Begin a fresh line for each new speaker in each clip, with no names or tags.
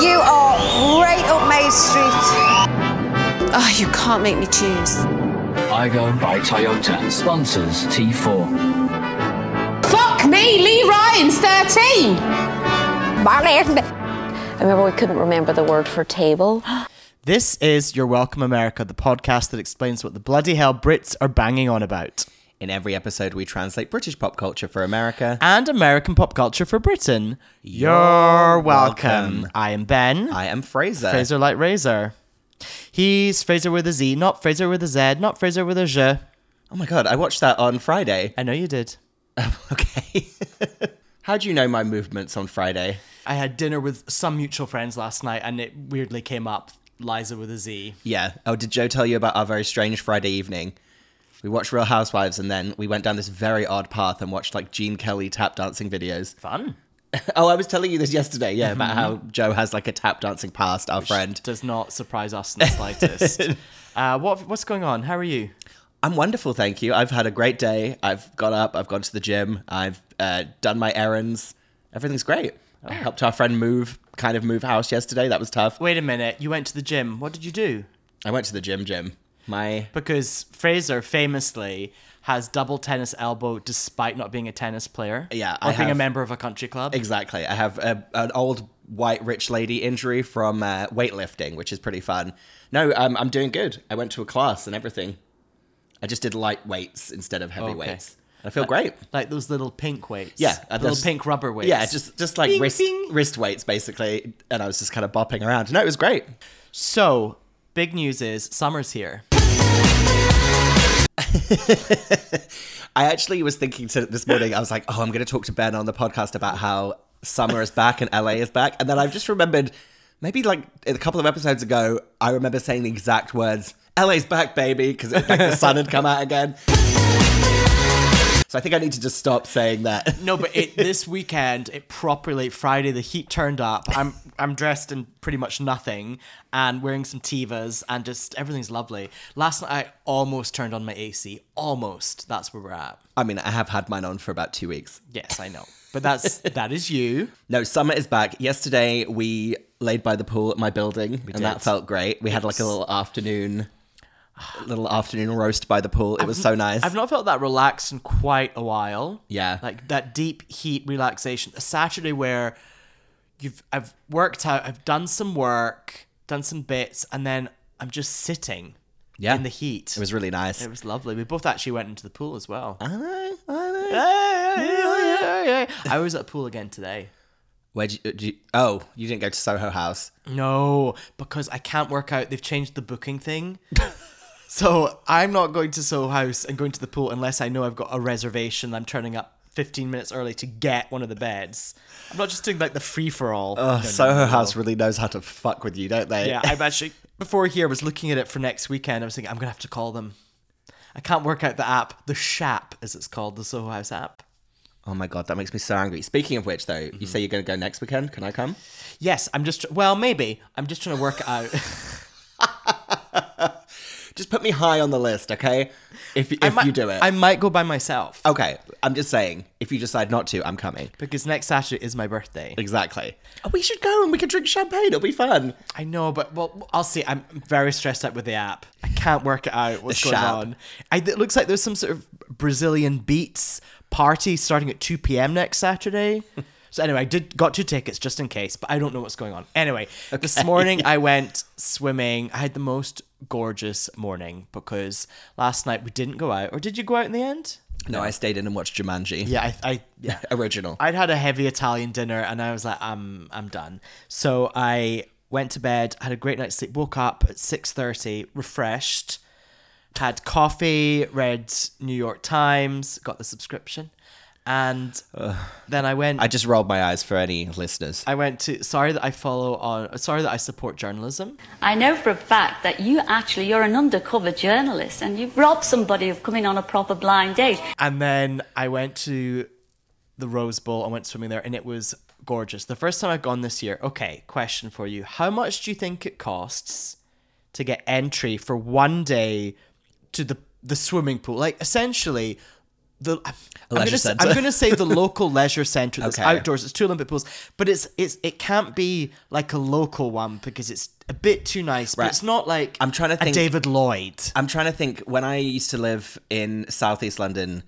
You are right up Main Street.
Oh, you can't make me choose.
I go by Toyota. Sponsors T4.
Fuck me, Lee Ryan's 13.
I remember we couldn't remember the word for table.
This is Your Welcome America, the podcast that explains what the bloody hell Brits are banging on about.
In every episode, we translate British pop culture for America.
And American pop culture for Britain. You're welcome.
welcome.
I am Ben.
I am Fraser.
Fraser like Razor. He's Fraser with a Z, not Fraser with a Z, not Fraser with a J.
Oh my god, I watched that on Friday.
I know you did.
Okay. How do you know my movements on Friday?
I had dinner with some mutual friends last night and it weirdly came up Liza with a Z.
Yeah. Oh, did Joe tell you about our very strange Friday evening? We watched Real Housewives and then we went down this very odd path and watched like Gene Kelly tap dancing videos.
Fun.
Oh, I was telling you this yesterday, yeah, about how Joe has like a tap dancing past our friend.
Does not surprise us in the slightest. uh, what, what's going on? How are you?
I'm wonderful, thank you. I've had a great day. I've got up, I've gone to the gym, I've uh, done my errands. Everything's great. I helped our friend move, kind of move house yesterday. That was tough.
Wait a minute. You went to the gym. What did you do?
I went to the gym, Jim. My
because Fraser famously has double tennis elbow despite not being a tennis player.
Yeah,
or
I
being a
have-
member of a country club.
exactly. I have a, an old white rich lady injury from uh, weightlifting, which is pretty fun. No, um, I'm doing good. I went to a class and everything. I just did light weights instead of heavy
Okay.
weights. Oh, Uh, I feel great.
like those little pink weights.
Yeah, uh,
little
that's-
pink rubber weights.
Yeah, just just like
Bing,
wrist
bing.
wrist weights basically, and I was just kind of bopping around. No, it was great.
So big news is summer's here.
I actually was thinking to this morning. I was like, oh, I'm going to talk to Ben on the podcast about how summer is back and LA is back, and then I've just remembered maybe like a couple of episodes ago, I remember saying the exact words, "LA's back, baby," because like the sun had come out again. So I think I need to just stop saying that.
No, but it, this weekend it properly Friday the heat turned up. I'm I'm dressed in pretty much nothing and wearing some tivas and just everything's lovely. Last night I almost turned on my AC. Almost. That's where we're at.
I mean, I have had mine on for about two weeks.
Yes, I know. But that's that is you.
No, summer is back. Yesterday we laid by the pool at my building, and
did.
that felt great. We had like a little afternoon, little afternoon roast by the pool. It was so nice.
I've not felt that relaxed in quite a while.
Yeah.
Like that deep heat relaxation. A Saturday where you've I've worked out, I've done some work, done some bits, and then I'm just sitting
yeah,
in the heat.
It was Ah. really nice.
it was lovely. We both actually went into the pool as well.
I know, I know.
I was at the pool again today.
Where'd you, did you? Oh, you didn't go to Soho House.
No, because I can't work out. They've changed the booking thing. so I'm not going to Soho House and going to the pool unless I know I've got a reservation. I'm turning up 15 minutes early to get one of the beds. I'm not just doing like the free for all.
Oh, Soho House really knows how to fuck with you, don't they?
Yeah, I've actually, before here, I was looking at it for next weekend. I was thinking, I'm going to have to call them. I can't work out the app, the SHAP, as it's called, the Soho House app.
oh my god, that makes me so angry. Speaking of which, though, you say you're going to go next weekend. Can I come?
Yes, I'm just, well, maybe. I'm just trying to work it out.
Just put me high on the list, okay? If if
I might-
you do it, Oh.
I might go by myself.
okay. I'm just saying, if you decide not to, I'm coming.
Because next Saturday is my birthday.
Exactly. Oh, we should go and we can drink champagne. It'll be fun.
I know, but well, I'll see. I'm very stressed out with the app. I can't work it out. What's going
shop.
on? I, it looks like there's some sort of Brazilian beats party starting at 2 p.m. next Saturday. so anyway, I did got two tickets just in case, but I don't know what's going on. Anyway, this morning I went swimming. I had the most gorgeous morning because last night we didn't go out. Or did you go out in the end?
No, I stayed in and watched Jumanji.
Yeah, I, I yeah.
Original.
I'd had a heavy Italian dinner and I was like, I'm I'm done. So I went to bed, had a great night's sleep, woke up at six thirty, refreshed, had coffee, read New York Times, got the subscription, and then I went.
I just rolled my eyes for any listeners.
I went to sorry that I follow on sorry that I support journalism.
I know for a fact that you actually you're an undercover journalist and you've robbed somebody of coming on a proper blind date.
And then I went to the Rose Bowl and went swimming there, and it was gorgeous. The first time I've gone this year. Okay, question for you: How much do you think it costs to get entry for one day to the the swimming pool? Like essentially, the I'm
leisure
gonna, say,
centre.
I'm gonna say the local leisure centre that's
Okay.
outdoors. It's two Olympic pools, but it's it's it can't be like a local one because it's a bit too nice. But
Right.
it's not like
I'm trying to
a
think-
David Lloyd.
I'm trying to think. When I used to live in southeast London,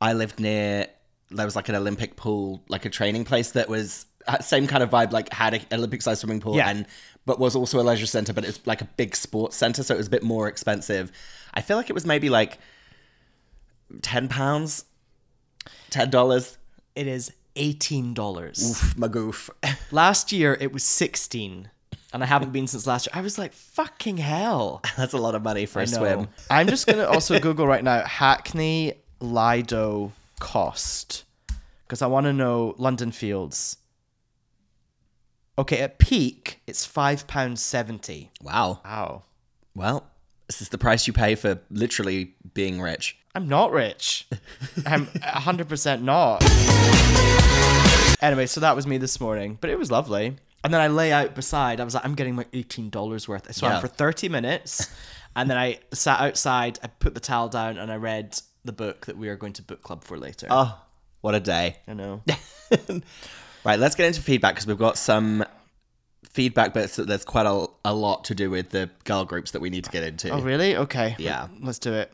I lived near there was like an Olympic pool, like a training place that was uh, same kind of vibe, like had an Olympic-sized swimming pool,
Yeah.
and but was also a leisure center, but it's like a big sports center, so it was a bit more expensive. I feel like it was maybe like ten pounds, ten dollars.
It is eighteen dollars.
My goof.
Last year it was sixteen, and I haven't been since last year. I was like, fucking hell.
That's a lot of money for a
No.
swim.
I'm just gonna also Google right now Hackney Lido cost because I want to know London Fields. Okay, at peak it's five pounds seventy.
Wow.
Wow,
Well, this is the price you pay for literally being rich.
I'm not rich. I'm hundred percent not. Anyway, so that was me this morning, but it was lovely. And then I lay out beside. I was like, I'm getting my eighteen dollars worth. I swam
Yeah.
for thirty minutes, and then I sat outside. I put the towel down and I read the book that we are going to book club for later.
Oh, what a day.
I know.
Right, let's get into feedback because we've got some feedback, but it's- there's quite a, a lot to do with the girl groups that we need to get into.
Oh, really? Okay.
Yeah.
Let's do it.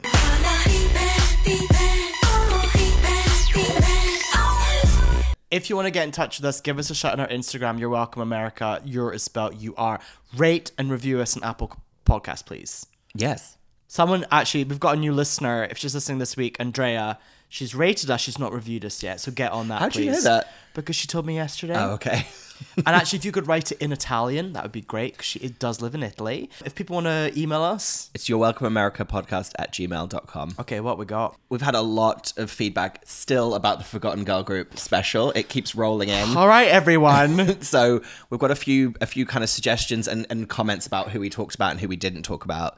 If you want to get in touch with us, give us a shout on our Instagram. You're welcome, America. You're is spelled you are. Rate and review us on Apple Podcast, please.
Yes.
Someone actually, we've got a new listener. If she's listening this week, Andrea, she's rated us. She's not reviewed us yet, so get on that.
How'd you know
please.
that?
Because she told me yesterday.
Oh, okay.
And actually, if you could write it in Italian, that would be great. 'cause she it does live in Italy. If people want to email us,
It's your welcome America podcast at gmail.com.
okay, what we got?
We've had a lot of feedback still about the Forgotten Girl Group special. It keeps rolling in.
All right, everyone.
So we've got a few a few kind of suggestions and, and comments about who we talked about and who we didn't talk about.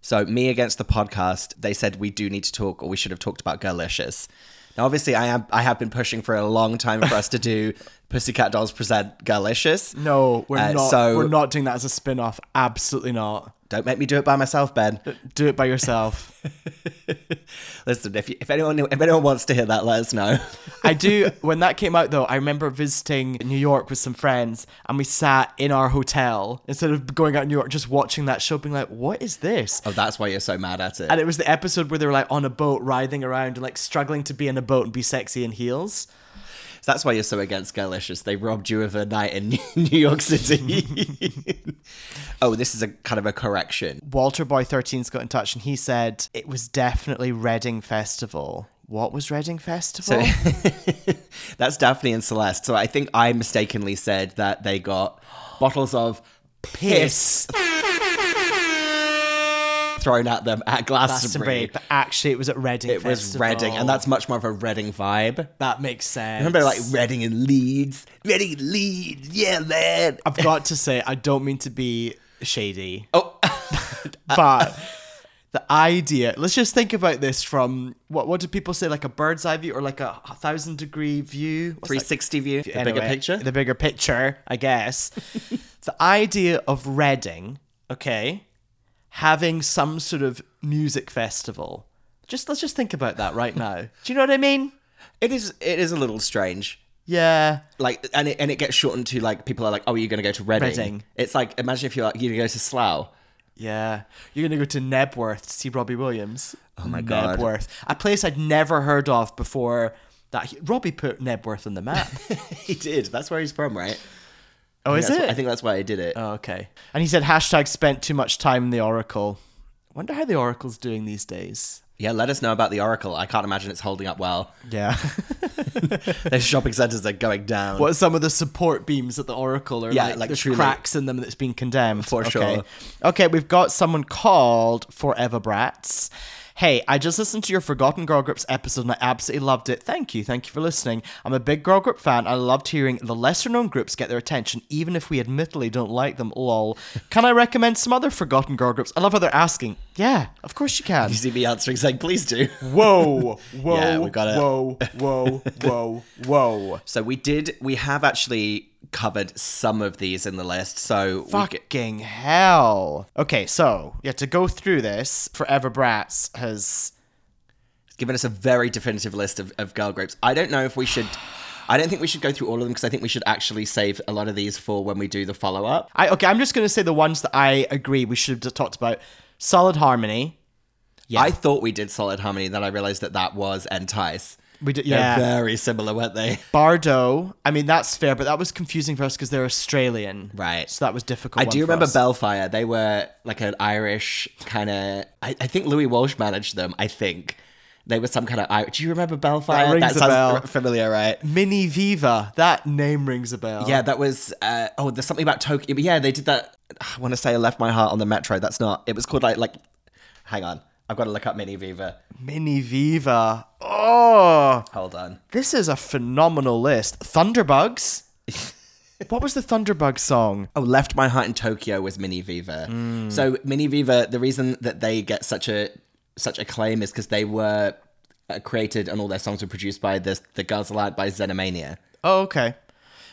So me against the podcast, they said we do need to talk or we should have talked about Girlicious. Now obviously I am I have been pushing for a long time for us to do Pussycat Dolls present Girlicious.
No, we're
Uh,
not.
so-
we're not doing that as a spin-off. Absolutely not.
Don't make me do it by myself, Ben.
Do it by yourself.
Listen, if you, if anyone if anyone wants to hear that, let us know.
I do. When that came out, though, I remember visiting New York with some friends, and we sat in our hotel instead of going out in New York, just watching that show, being like, "What is this?"
Oh, that's why you're so mad at it.
And it was the episode where they were like on a boat, writhing around and like struggling to be in a boat and be sexy in heels.
That's why you're so against Girlicious. They robbed you of a night in New York City. oh, this is a kind of a correction.
Walter Boy 13's got in touch, and he said it was definitely Reading Festival. What was Reading Festival?
That's Daphne and Celeste. So I think I mistakenly said that they got bottles of piss thrown at them at Glastonbury.
Glastonbury, but actually it was at Reading.
It was
Festival.
Reading, and that's much more of a Reading vibe.
that makes sense.
Remember, like Reading and Leeds, Reading and Leeds, yeah, man.
I've got to say, I don't mean to be shady,
Oh,
but Uh, the idea. Let's just think about this from what what do people say? Like a bird's eye view or like a thousand degree view? What's that?
360 view, the
Anyway,
bigger picture.
The bigger picture, I guess. the idea of Reading, okay, having some sort of music festival. Just let's just think about that right now. do you know what I mean?
It is, it is a little strange.
Yeah.
Like, and it, and it gets shortened to like people are like, oh, you're going to go to Reading.
Reading.
It's like imagine if you're like, you're going to go to Slough.
Yeah, you're gonna go to Nebworth to see Robbie Williams. Oh
my God.
Nebworth, a place I'd never heard of before. That he- Robbie put Nebworth on the map.
He did. That's where he's from, right?
oh, is
That's
it?
wh- I think that's why I did it.
Oh, okay. And he said hashtag spent too much time in the Oracle. Wonder how the Oracle's doing these days.
Yeah, let us know about the Oracle. I can't imagine it's holding up well.
Yeah.
Their shopping centers are going down.
what are some of the support beams at the Oracle are
Yeah,
like,
like
there's
truly.
cracks in them that's been condemned.
For
okay.
sure.
Okay, we've got someone called Forever Brats. Hey, I just listened to your Forgotten Girl Groups episode and I absolutely loved it. Thank you. Thank you for listening. I'm a big girl group fan. I loved hearing the lesser known groups get their attention, even if we admittedly don't like them. Lol. Can I recommend some other Forgotten Girl Groups? I love how they're asking. Yeah, of course you can.
You see me answering saying, please do.
Whoa, whoa,
Yeah, we got it.
whoa, whoa, whoa, whoa.
So we did, we have actually covered some of these in the list. So we, g-
Fucking hell. Okay, so yeah, to go through this, Forever Brats has
It's given us a very definitive list of, of girl groups. I don't know if we should. I don't think we should go through all of them because I think we should actually save a lot of these for when we do the follow up.
I okay, I'm just going to say the ones that I agree we should have talked about. Solid Harmony.
I thought we did Solid Harmony, then I realized that that was Entice.
We did,
They're
yeah.
very similar, weren't they?
Bardo. I mean, that's fair, but that was confusing for us because they're Australian.
Right.
So that was difficult.
I
one
do
for
remember
us.
Bellfire. They were like an Irish kind of. I, I think Louis Walsh managed them. I think they were some kind of. Irish. Do you remember Bellfire?
rings a
sounds
bell.
r- familiar, right?
Mini Viva. That name rings a bell.
Yeah, that was. Uh, oh, there's something about Tokyo. But yeah, they did that. I want to say I left my heart on the metro. That's not. It was called like like. Hang on, I've got to look up Mini Viva.
Mini Viva. Oh,
Hold on.
this is a phenomenal list. Thunderbugs. what was the Thunderbug song?
Oh, Left My Heart in Tokyo was Mini Viva. So Mini Viva, the reason that they get such a such acclaim is because they were uh, created and all their songs were produced by this the Girls Allowed by Xenomania.
Oh, okay.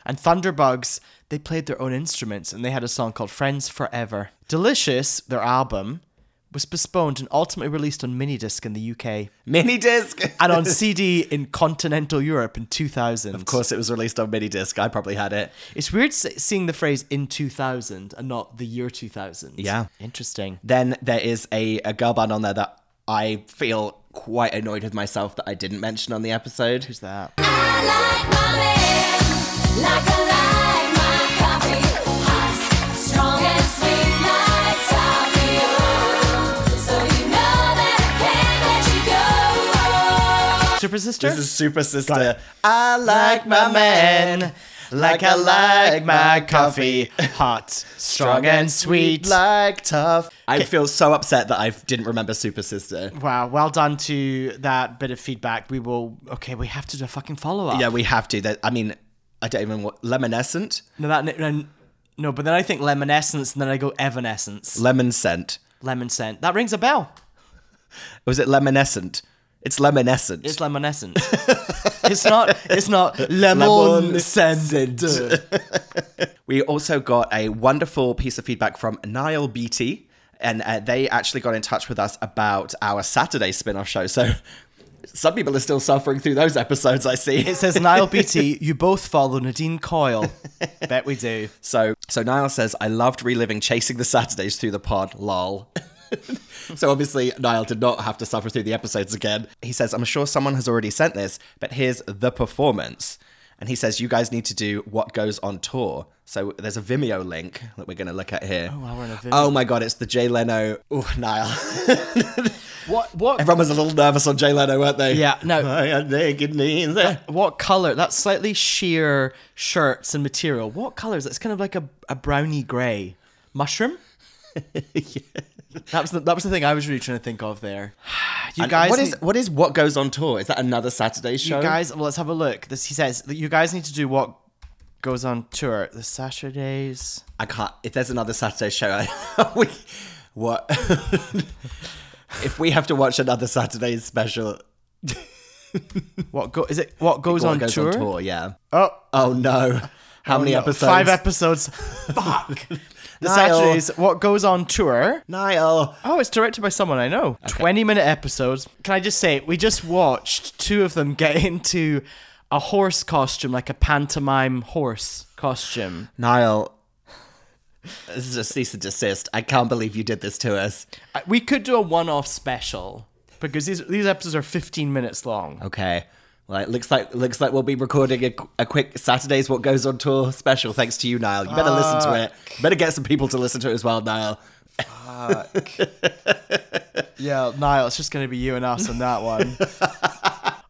And Thunderbugs, they played their own instruments and they had a song called Friends Forever. Delicious, their album, was postponed and ultimately released on minidisc in the UK
Mini disc.
and on CD in continental Europe in 2000.
of course, it was released on mini disc. I probably had it.
It's weird se- seeing the phrase in 2000 and not the year 2000.
Yeah.
Interesting.
Then there is a, a girl band on there that I feel quite annoyed with myself that I didn't mention on the episode.
Who's that? Super Sister?
This is Super
Got
Sister. Ah,
it.
I like my man, like I like my coffee.
hot, strong
strong
and sweet.
like tough. I feel so upset that I didn't remember Super Sister.
Wow, well done to that bit of feedback. We will. Okay, we have to do a fucking follow up.
Yeah, we have to. That I mean, I don't even what Lemonescent,
No, that no, no, but then I think lemon essence, and then I go evanescence,
lemon scent.
lemon scent. That rings a bell.
Was it lemonescent? It's lemonescent.
It's lemon essence. it's not. It's not lemon scent.
we also got a wonderful piece of feedback from Niall Beatty, and uh, they actually got in touch with us about our Saturday spin-off show. So. Some people are still suffering through those episodes, I see.
It says Niall Beatty. You both follow Nadine Coyle. Bet we do.
So so Niall says, I loved reliving chasing the Saturdays through the pod, lol. so obviously Niall did not have to suffer through the episodes again. He says, I'm sure someone has already sent this, but here's the performance. And he says, You guys need to do what goes on tour. So there's a Vimeo link that we're gonna look at here. Oh,
wow, we're on a Vimeo.
oh my god, it's the Jay Leno. Oh, Niall.
What? What?
Everyone was a little nervous on Jay Leno, weren't they?
Yeah, no.
I had naked knees.
what color? That slightly sheer shirts and material. What color is that? It's kind of like a, a browny gray mushroom. That was the, that was the thing I was really trying to think of there. You
And
guys,
what is
need-
what is what goes on tour? Is that another Saturday show?
you guys. Well, let's have a look. This he says that you guys need to do what goes on tour the Saturdays.
I can't. If there's another Saturday show, I, we what? if we have to watch another Saturday special,
What go is it? What goes,
what
on,
goes
tour?
on tour? Yeah.
Oh,
Oh no! How many
no,
episodes?
Five episodes. Fuck. The
Niall.
Saturdays. What goes on tour?
Niall.
Oh, it's directed by someone I know. 20 minute episodes. Can I just say, we just watched two of them get into a horse costume, like a pantomime horse costume.
Niall. This is a cease and desist. I can't believe you did this to us.
I- Uh, We could do a one off special because these, these episodes are 15 minutes long.
Okay. Well, it looks like looks like we'll be recording a, a quick Saturdays What Goes on Tour special. Thanks to you, Niall. You better listen to it. Better get some people to listen to it as well, Niall.
Yeah, Niall, it's just going to be you and us on that one.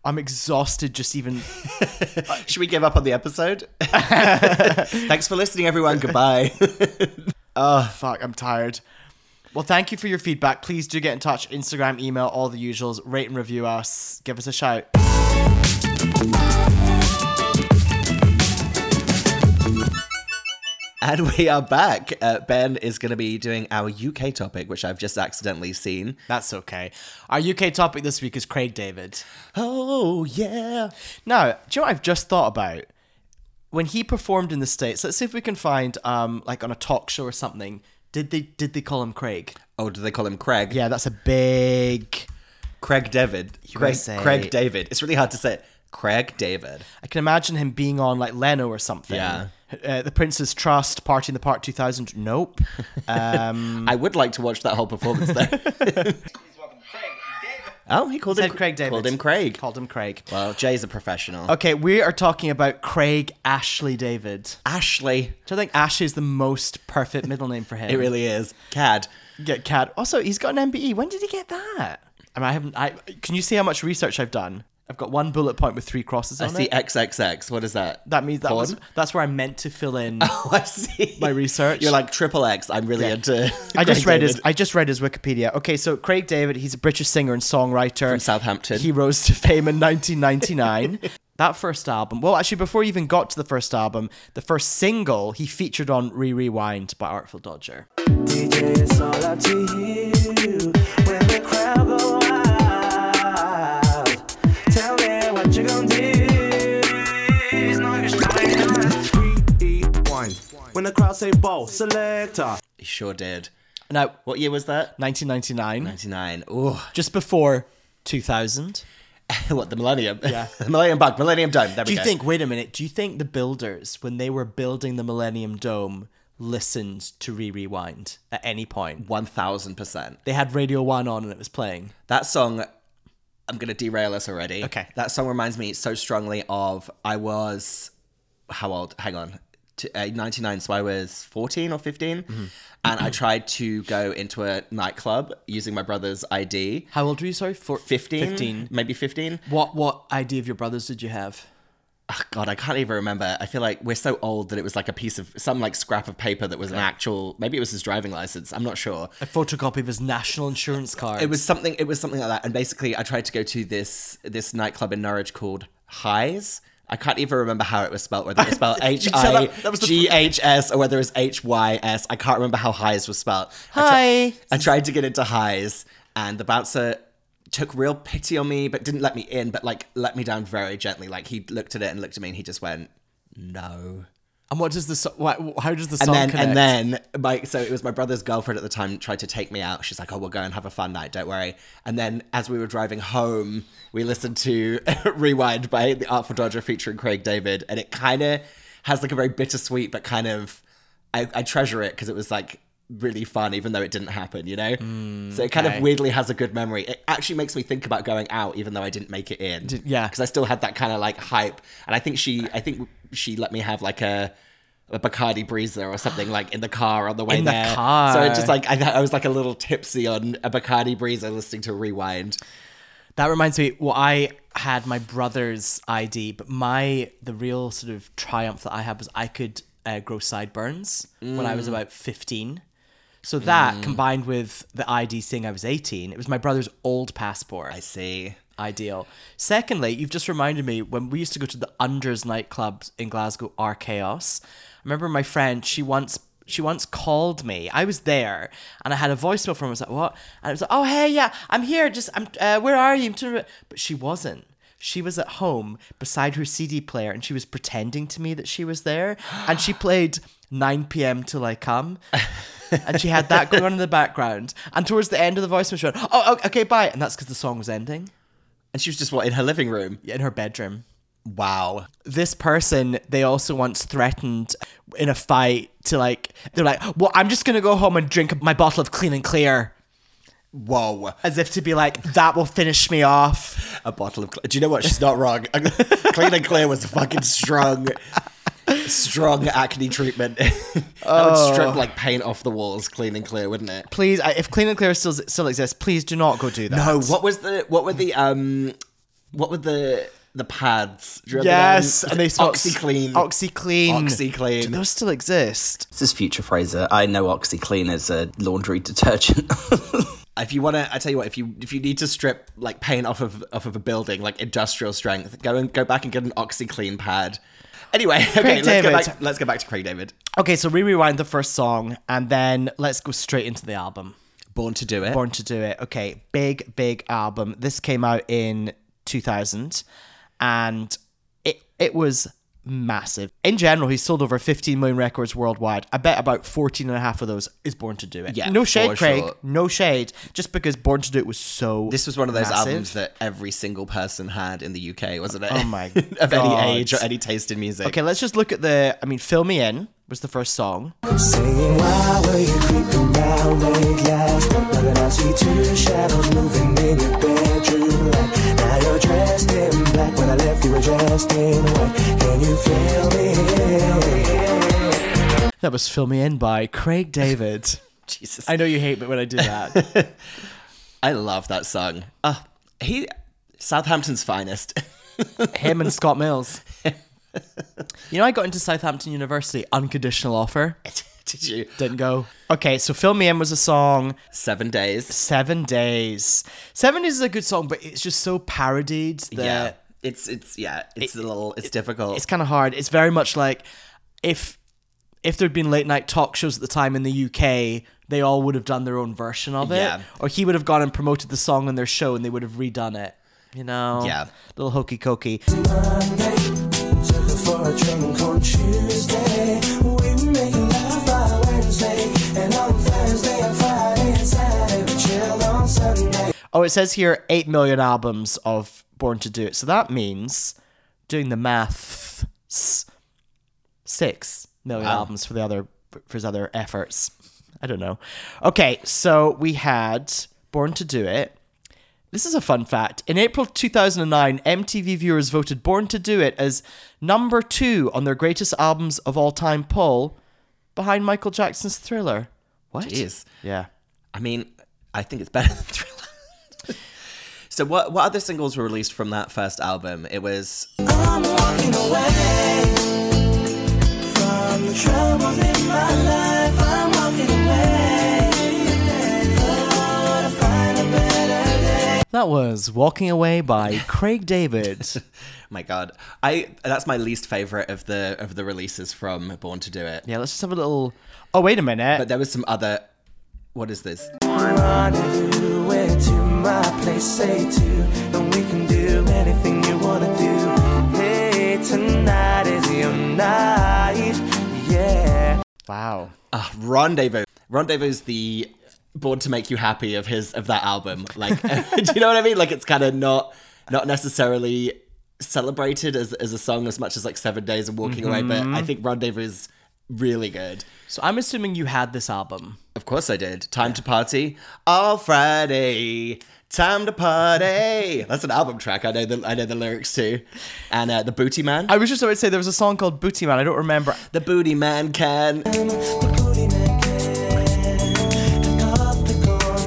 I'm exhausted just even.
Should we give up on the episode? Thanks for listening, everyone. Goodbye.
Fuck, I'm tired. Well, thank you for your feedback. Please do get in touch. Instagram, email, all the usuals. Rate and review us. Give us a shout.
and we are back. Uh, ben is going to be doing our UK topic, which I've just accidentally seen.
That's okay. Our UK topic this week is Craig David.
Oh, yeah.
Now, do you know what I've just thought about? When he performed in the States, let's see if we can find um like on a talk show or something. Did they did they call him Craig?
Oh, do they call him Craig?
Yeah, that's a big
Craig David.
You
Craig,
say-
Craig David. It's really hard to say. it. Craig David.
I can imagine him being on like Leno or something.
Yeah.
Uh, the Prince's Trust, Party in the Park 2000. Nope. Mm.
I would like to watch that whole performance though. oh, he called him
Said Craig David.
Called him Craig.
Called him Craig.
well, Jay's a professional.
Okay, we are talking about Craig Ashley David.
Ashley.
Which I think Ashley is the most perfect middle name for him.
It really is. Cad.
Get cat. Also, he's got an MBE. When did he get that? I mean, I haven't. I can you see how much research I've done? I've got one bullet point with three crosses
I
on
see
it.
XXX. What is that?
that means that
Porn?
was, that's where I meant to fill in.
Oh, I see.
My research.
You're like triple X. I'm really
Yeah.
into.
I just
Craig
read
David.
his. I just read his Wikipedia. Okay, so Craig David, he's a British singer and songwriter
From Southampton.
He rose to fame in 1999. that first album. Well, actually, before he even got to the first album, the first single he featured on "Re Rewind" by Artful Dodger.
When the crowd say ball, selector.
He sure did.
Now,
What year was that?
1999,
99. Ooh.
just before 2000.
what, the Millennium? Yeah. Millennium Bug, Millennium Dome. There
Do
we
you
go.
think? Wait a minute. Do you think the builders, when they were building the Millennium Dome, listened to Re Rewind at any point?
1000%.
They had Radio One on and it was playing.
That song, I'm going to derail us already.
Okay.
That song reminds me so strongly of I was, how old? Hang on. T- uh, 99, so I was 14 or 15.
Mm-hmm.
And I tried to go into a nightclub using my brother's ID.
How old were you? Sorry, For-
15?
15.
Maybe 15.
What what idea of your brothers did you have?
Oh, God, I can't even remember. I feel like we're so old that it was like a piece of, some like scrap of paper that was an actual, maybe it was his driving license. I'm not sure.
A photocopy of his national insurance card.
It was something. It was something like that. And basically, I tried to go to this this nightclub in Norwich called Highs. I can't even remember how it was spelled. Whether it was spelled H
said
I
that- that was the-
G H S or whether it was H Y S. I can't remember how Highs was spelled. I,
Hi.
tri- I tried to get into Highs, and the bouncer took real pity on me, but didn't let me in. But like let me down very gently. Like he looked at it and looked at me, and he just went, "No."
and what does the so- why, how does the
and
song
then
connect?
and then my so it was my brother's girlfriend at the time tried to take me out. She's like, "Oh, we'll go and have a fun night. Don't worry." And then as we were driving home, we listened to "Rewind" by the Artful Dodger featuring Craig David, and it kind of has like a very bittersweet, but kind of I, I treasure it because it was like really fun, even though it didn't happen. You know, so it kind of weirdly has a good memory. It actually makes me think about going out, even though I didn't make it in.
yeah.
because I still had that kind of like hype, and I think she, I think she let me have like a a Bacardi Breezer or something like in the car on the way
In the
there.
car.
So it just like I, I was like a little tipsy on a Bacardi Breezer listening to Rewind.
That reminds me, well, I had my brother's ID, but my the real sort of triumph that I had was I could uh, grow sideburns when I was about fifteen. So that combined with the ID saying I was eighteen, it was my brother's old passport.
I see.
Ideal. Secondly, you've just reminded me when we used to go to the Unders nightclub in Glasgow, R Chaos. I remember my friend, she once she once called me. I was there and I had a voicemail from her. I was like, what? And I was like, oh, hey, yeah, I'm here. Just, I'm, uh, where are you? I'm trying to-" But she wasn't. She was at home beside her CD player and she was pretending to me that she was there. And she played 9 p.m. Till I Come. and she had that going on in the background. And towards the end of the voicemail, she went, oh, o- okay, bye. And that's because the song was ending
And she was just what in her living room.
in her bedroom.
Wow.
This person, they also once threatened in a fight to like, they're like, well, I'm just going to go home and drink my bottle of clean and clear.
Whoa.
As if to be like, that will finish me off.
A bottle of. Cle- Do you know what? She's not wrong. Clean and Clear was fucking strong. Strong acne treatment. that
Oh.
would strip like paint off the walls. Clean and clear, wouldn't it?
Please, I- if clean and clear still still exists, please do not go do that.
No, Oh, what was the what were the um what were the the pads? Do you remember
Yes,
them?
and they smell
OxyClean.
OxyClean,
OxyClean.
Do those still exist?
This is Future Fraser. I know OxyClean is a laundry detergent.
If you want to, I tell you what. If you if you need to strip like paint off of off of a building, like industrial strength, go and go back and get an OxyClean pad. Anyway, okay, let's
David.
go back. Let's go back to Craig David.
Okay, so we rewind the first song and then let's go straight into the album.
Born to do it.
Born to Do It. Okay, big, big album. This came out in 2000 and it, it was massive. In general, he's sold over 15 million records worldwide. I bet about 14 and a half of those is Born to Do It.
Yeah,
no
for
shade, Craig.
sure.
No shade. Just because Born to Do It was so.
This was one of those
massive.
albums that every single person had in the UK, wasn't it?
Oh my
of
God.
any age or any taste in music.
Okay, let's just look at the. I mean, Fill Me In was the first song.
Saying why were you creeping round late last night? But I see two shadows moving in your bedroom light. Now you're dressed in black, when I left you were dressed in white. Can you feel me?
That was Fill Me In by Craig David.
Jesus.
I know you hate me when I do that.
I love that song. Oh, he Southampton's finest.
Him and Scott Mills. You know, I got into Southampton University, unconditional offer.
Did you?
Didn't go. Okay, so Fill Me In was a song.
Seven days.
Seven Days. Seven Days is a good song, but it's just so parodied that
yeah. It's it's yeah. It's a little. It's difficult.
it's kind of hard. It's very much like if if there'd been late night talk shows at the time in the UK, they all would have done their own version of it,
Yeah.
or he would have gone and promoted the song on their show, and they would have redone it. You know,
Yeah.
little hokey cokey.
Monday, took her for a drink on Tuesday. We were making love by Wednesday, and on Thursday and Friday and Saturday we chilled on Sunday.
Oh, it says here eight million albums of Born to Do It. So that means doing the maths, six million albums for the other for his other efforts. I don't know. Okay, so we had Born to Do It. This is a fun fact. In April 2009, MTV viewers voted Born to Do It as number two on their greatest albums of all time poll, behind Michael Jackson's Thriller. What?
Jeez.
Yeah.
I mean, I think it's better than Thriller. so what what other singles were released from that first album? It was
I'm walking away from the troubles in my life. I'm walking away. Lord, I'll find a better day.
That was Walking Away by Craig David.
my god. I that's my least favorite of the of the releases from Born to Do It.
yeah, let's just have a little. Oh, wait a minute.
But there was some other what is this?
Rendezvous, where to my place, say to, and we can do anything you wanna do. Hey, tonight is your night, yeah.
wow.
Ah, Rendezvous. Rendezvous the Born to Make You Happy of his of that album. Like do you know what I mean? Like it's kind of not not necessarily celebrated as as a song as much as like Seven Days and Walking Away, but I think Rendezvous is really good.
So I'm assuming you had this album.
Of course I did. Time to party. All Friday. Time to party. That's an album track. I know the I know the lyrics too. And uh, the Booty Man.
I was just about to say there was a song called Booty Man. I don't remember.
the Booty Man can.
The booty man can pick up the call,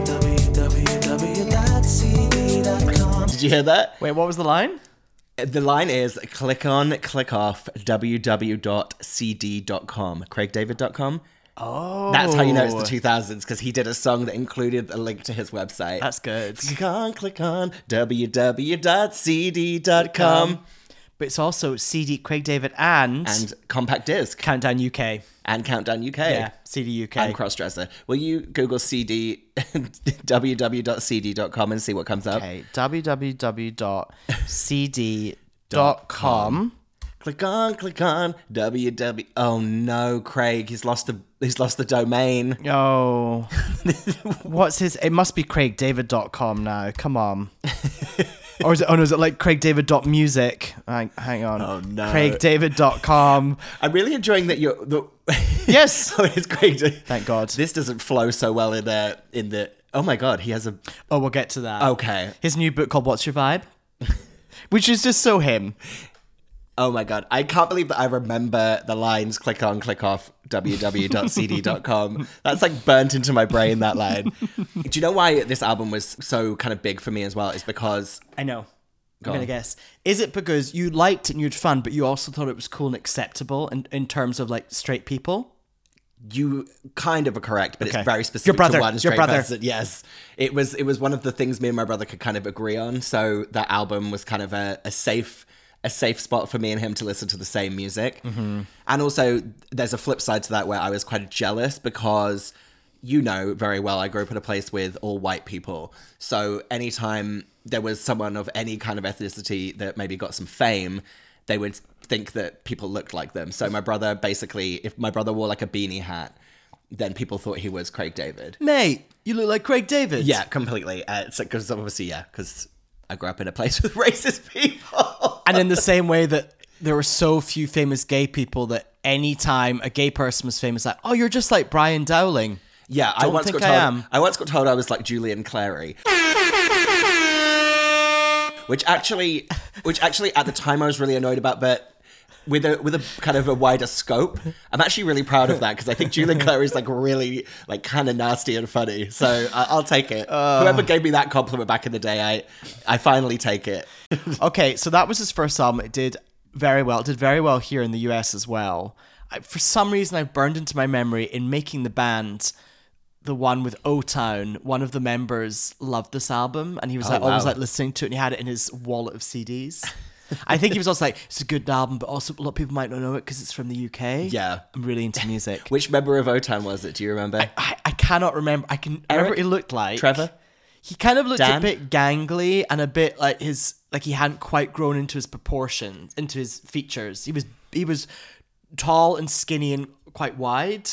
www.cd.com.
Did you hear that?
Wait, what was the line?
The line is click on, click off, www.cd.com, craigdavid.com. Oh. That's how you know it's the 2000s because he did a song that included a link to his website.
That's good.
Click on, click on, www.cd.com.
But it's also CD Craig David and,
And Compact Disc
Countdown UK.
and Countdown UK.
Yeah, CD UK.
and crossdresser. Will you Google CD www.cd.com and see what comes up?
okay, www.cd.com.
Click on, click on www. Oh no, Craig, he's lost the he's lost the domain.
Oh. What's his? It must be craigdavid.com now. Come on. or is it? Oh no, is it like craigdavid.music? Hang, hang on.
Oh, no.
Craigdavid.com.
I'm really enjoying that you're the
Yes.
oh, it's Craig.
Thank God.
This doesn't flow so well in the in the. Oh my God, he has a
Oh, we'll get to that.
okay.
His new book called What's Your Vibe? Which is just so him.
Oh my God, I can't believe that I remember the lines. Click on, click off www.cd.com. That's like burnt into my brain. That line. Do you know why this album was so kind of big for me as well? Is because
I know. I'm
on.
gonna guess. Is it because you liked it and you had fun, but you also thought it was cool and acceptable in, in terms of like straight people?
you kind of are correct, but
Okay.
it's very
Your
specific
brother,
to one
your
straight
brother.
person. Yes, it was. It was one of the things me and my brother could kind of agree on. So that album was kind of a, a safe, a safe spot for me and him to listen to the same music. And also, there's a flip side to that where I was quite jealous because you know very well I grew up in a place with all white people. So anytime there was someone of any kind of ethnicity that maybe got some fame. they would think that people looked like them. So my brother basically, if my brother wore like a beanie hat, then people thought he was Craig David.
Mate, you look like Craig David.
Yeah, completely. Uh, it's because obviously, yeah, because I grew up in a place with racist people.
And in the same way that there were so few famous gay people that any time a gay person was famous, like, oh, you're just like Brian Dowling.
Yeah, I
Don't
once
think
got told.
I am.
I once got told I was like Julian Clary. Which actually, which actually, at the time I was really annoyed about, but with a with a kind of a wider scope, I'm actually really proud of that because I think Julian Clary is like really like kind of nasty and funny. So I, I'll take it.
Oh.
Whoever gave me that compliment back in the day, I I finally take it.
Okay, so that was his first album. It did very well. It did very well here in the US as well. I, for some reason, I've burned into my memory in making the band the one with O Town. One of the members loved this album, and he was like always
Oh, wow.
like listening to it, and he had it in his wallet of CDs. I think he was also like, "It's a good album, but also a lot of people might not know it because it's from the UK."
Yeah.
I'm really into music.
Which member of O Town was it? Do you remember?
I, I cannot remember. I can I remember what he looked like.
Trevor?
He kind of looked a
Dan?
bit gangly and a bit like his like he hadn't quite grown into his proportions, into his features. He was he was tall and skinny and quite wide.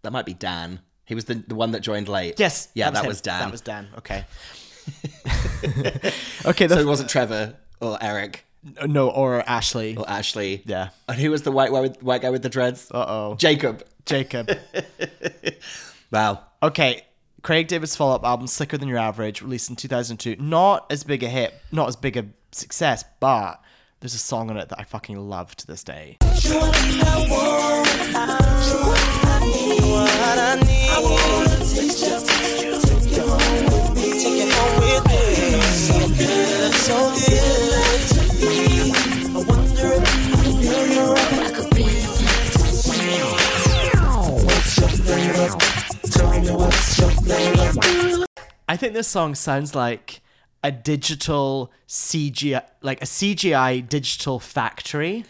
that might be Dan. He was the, the one that joined late.
Yes,
yeah, that
him.
was Dan.
That was Dan. Okay. okay. The,
So it wasn't Trevor or Eric.
no, or Ashley.
or Ashley.
Yeah.
And who was the white guy with, white guy with the dreads? Uh
Uh-oh.
Jacob.
Jacob.
Wow.
Okay, Craig David's follow-up album "Slicker Than Your Average," released in 2002, not as big a hit, not as big a success, but there's a song on it that I fucking love to this day. I think this song sounds like a digital CGI, like a CGI digital factory.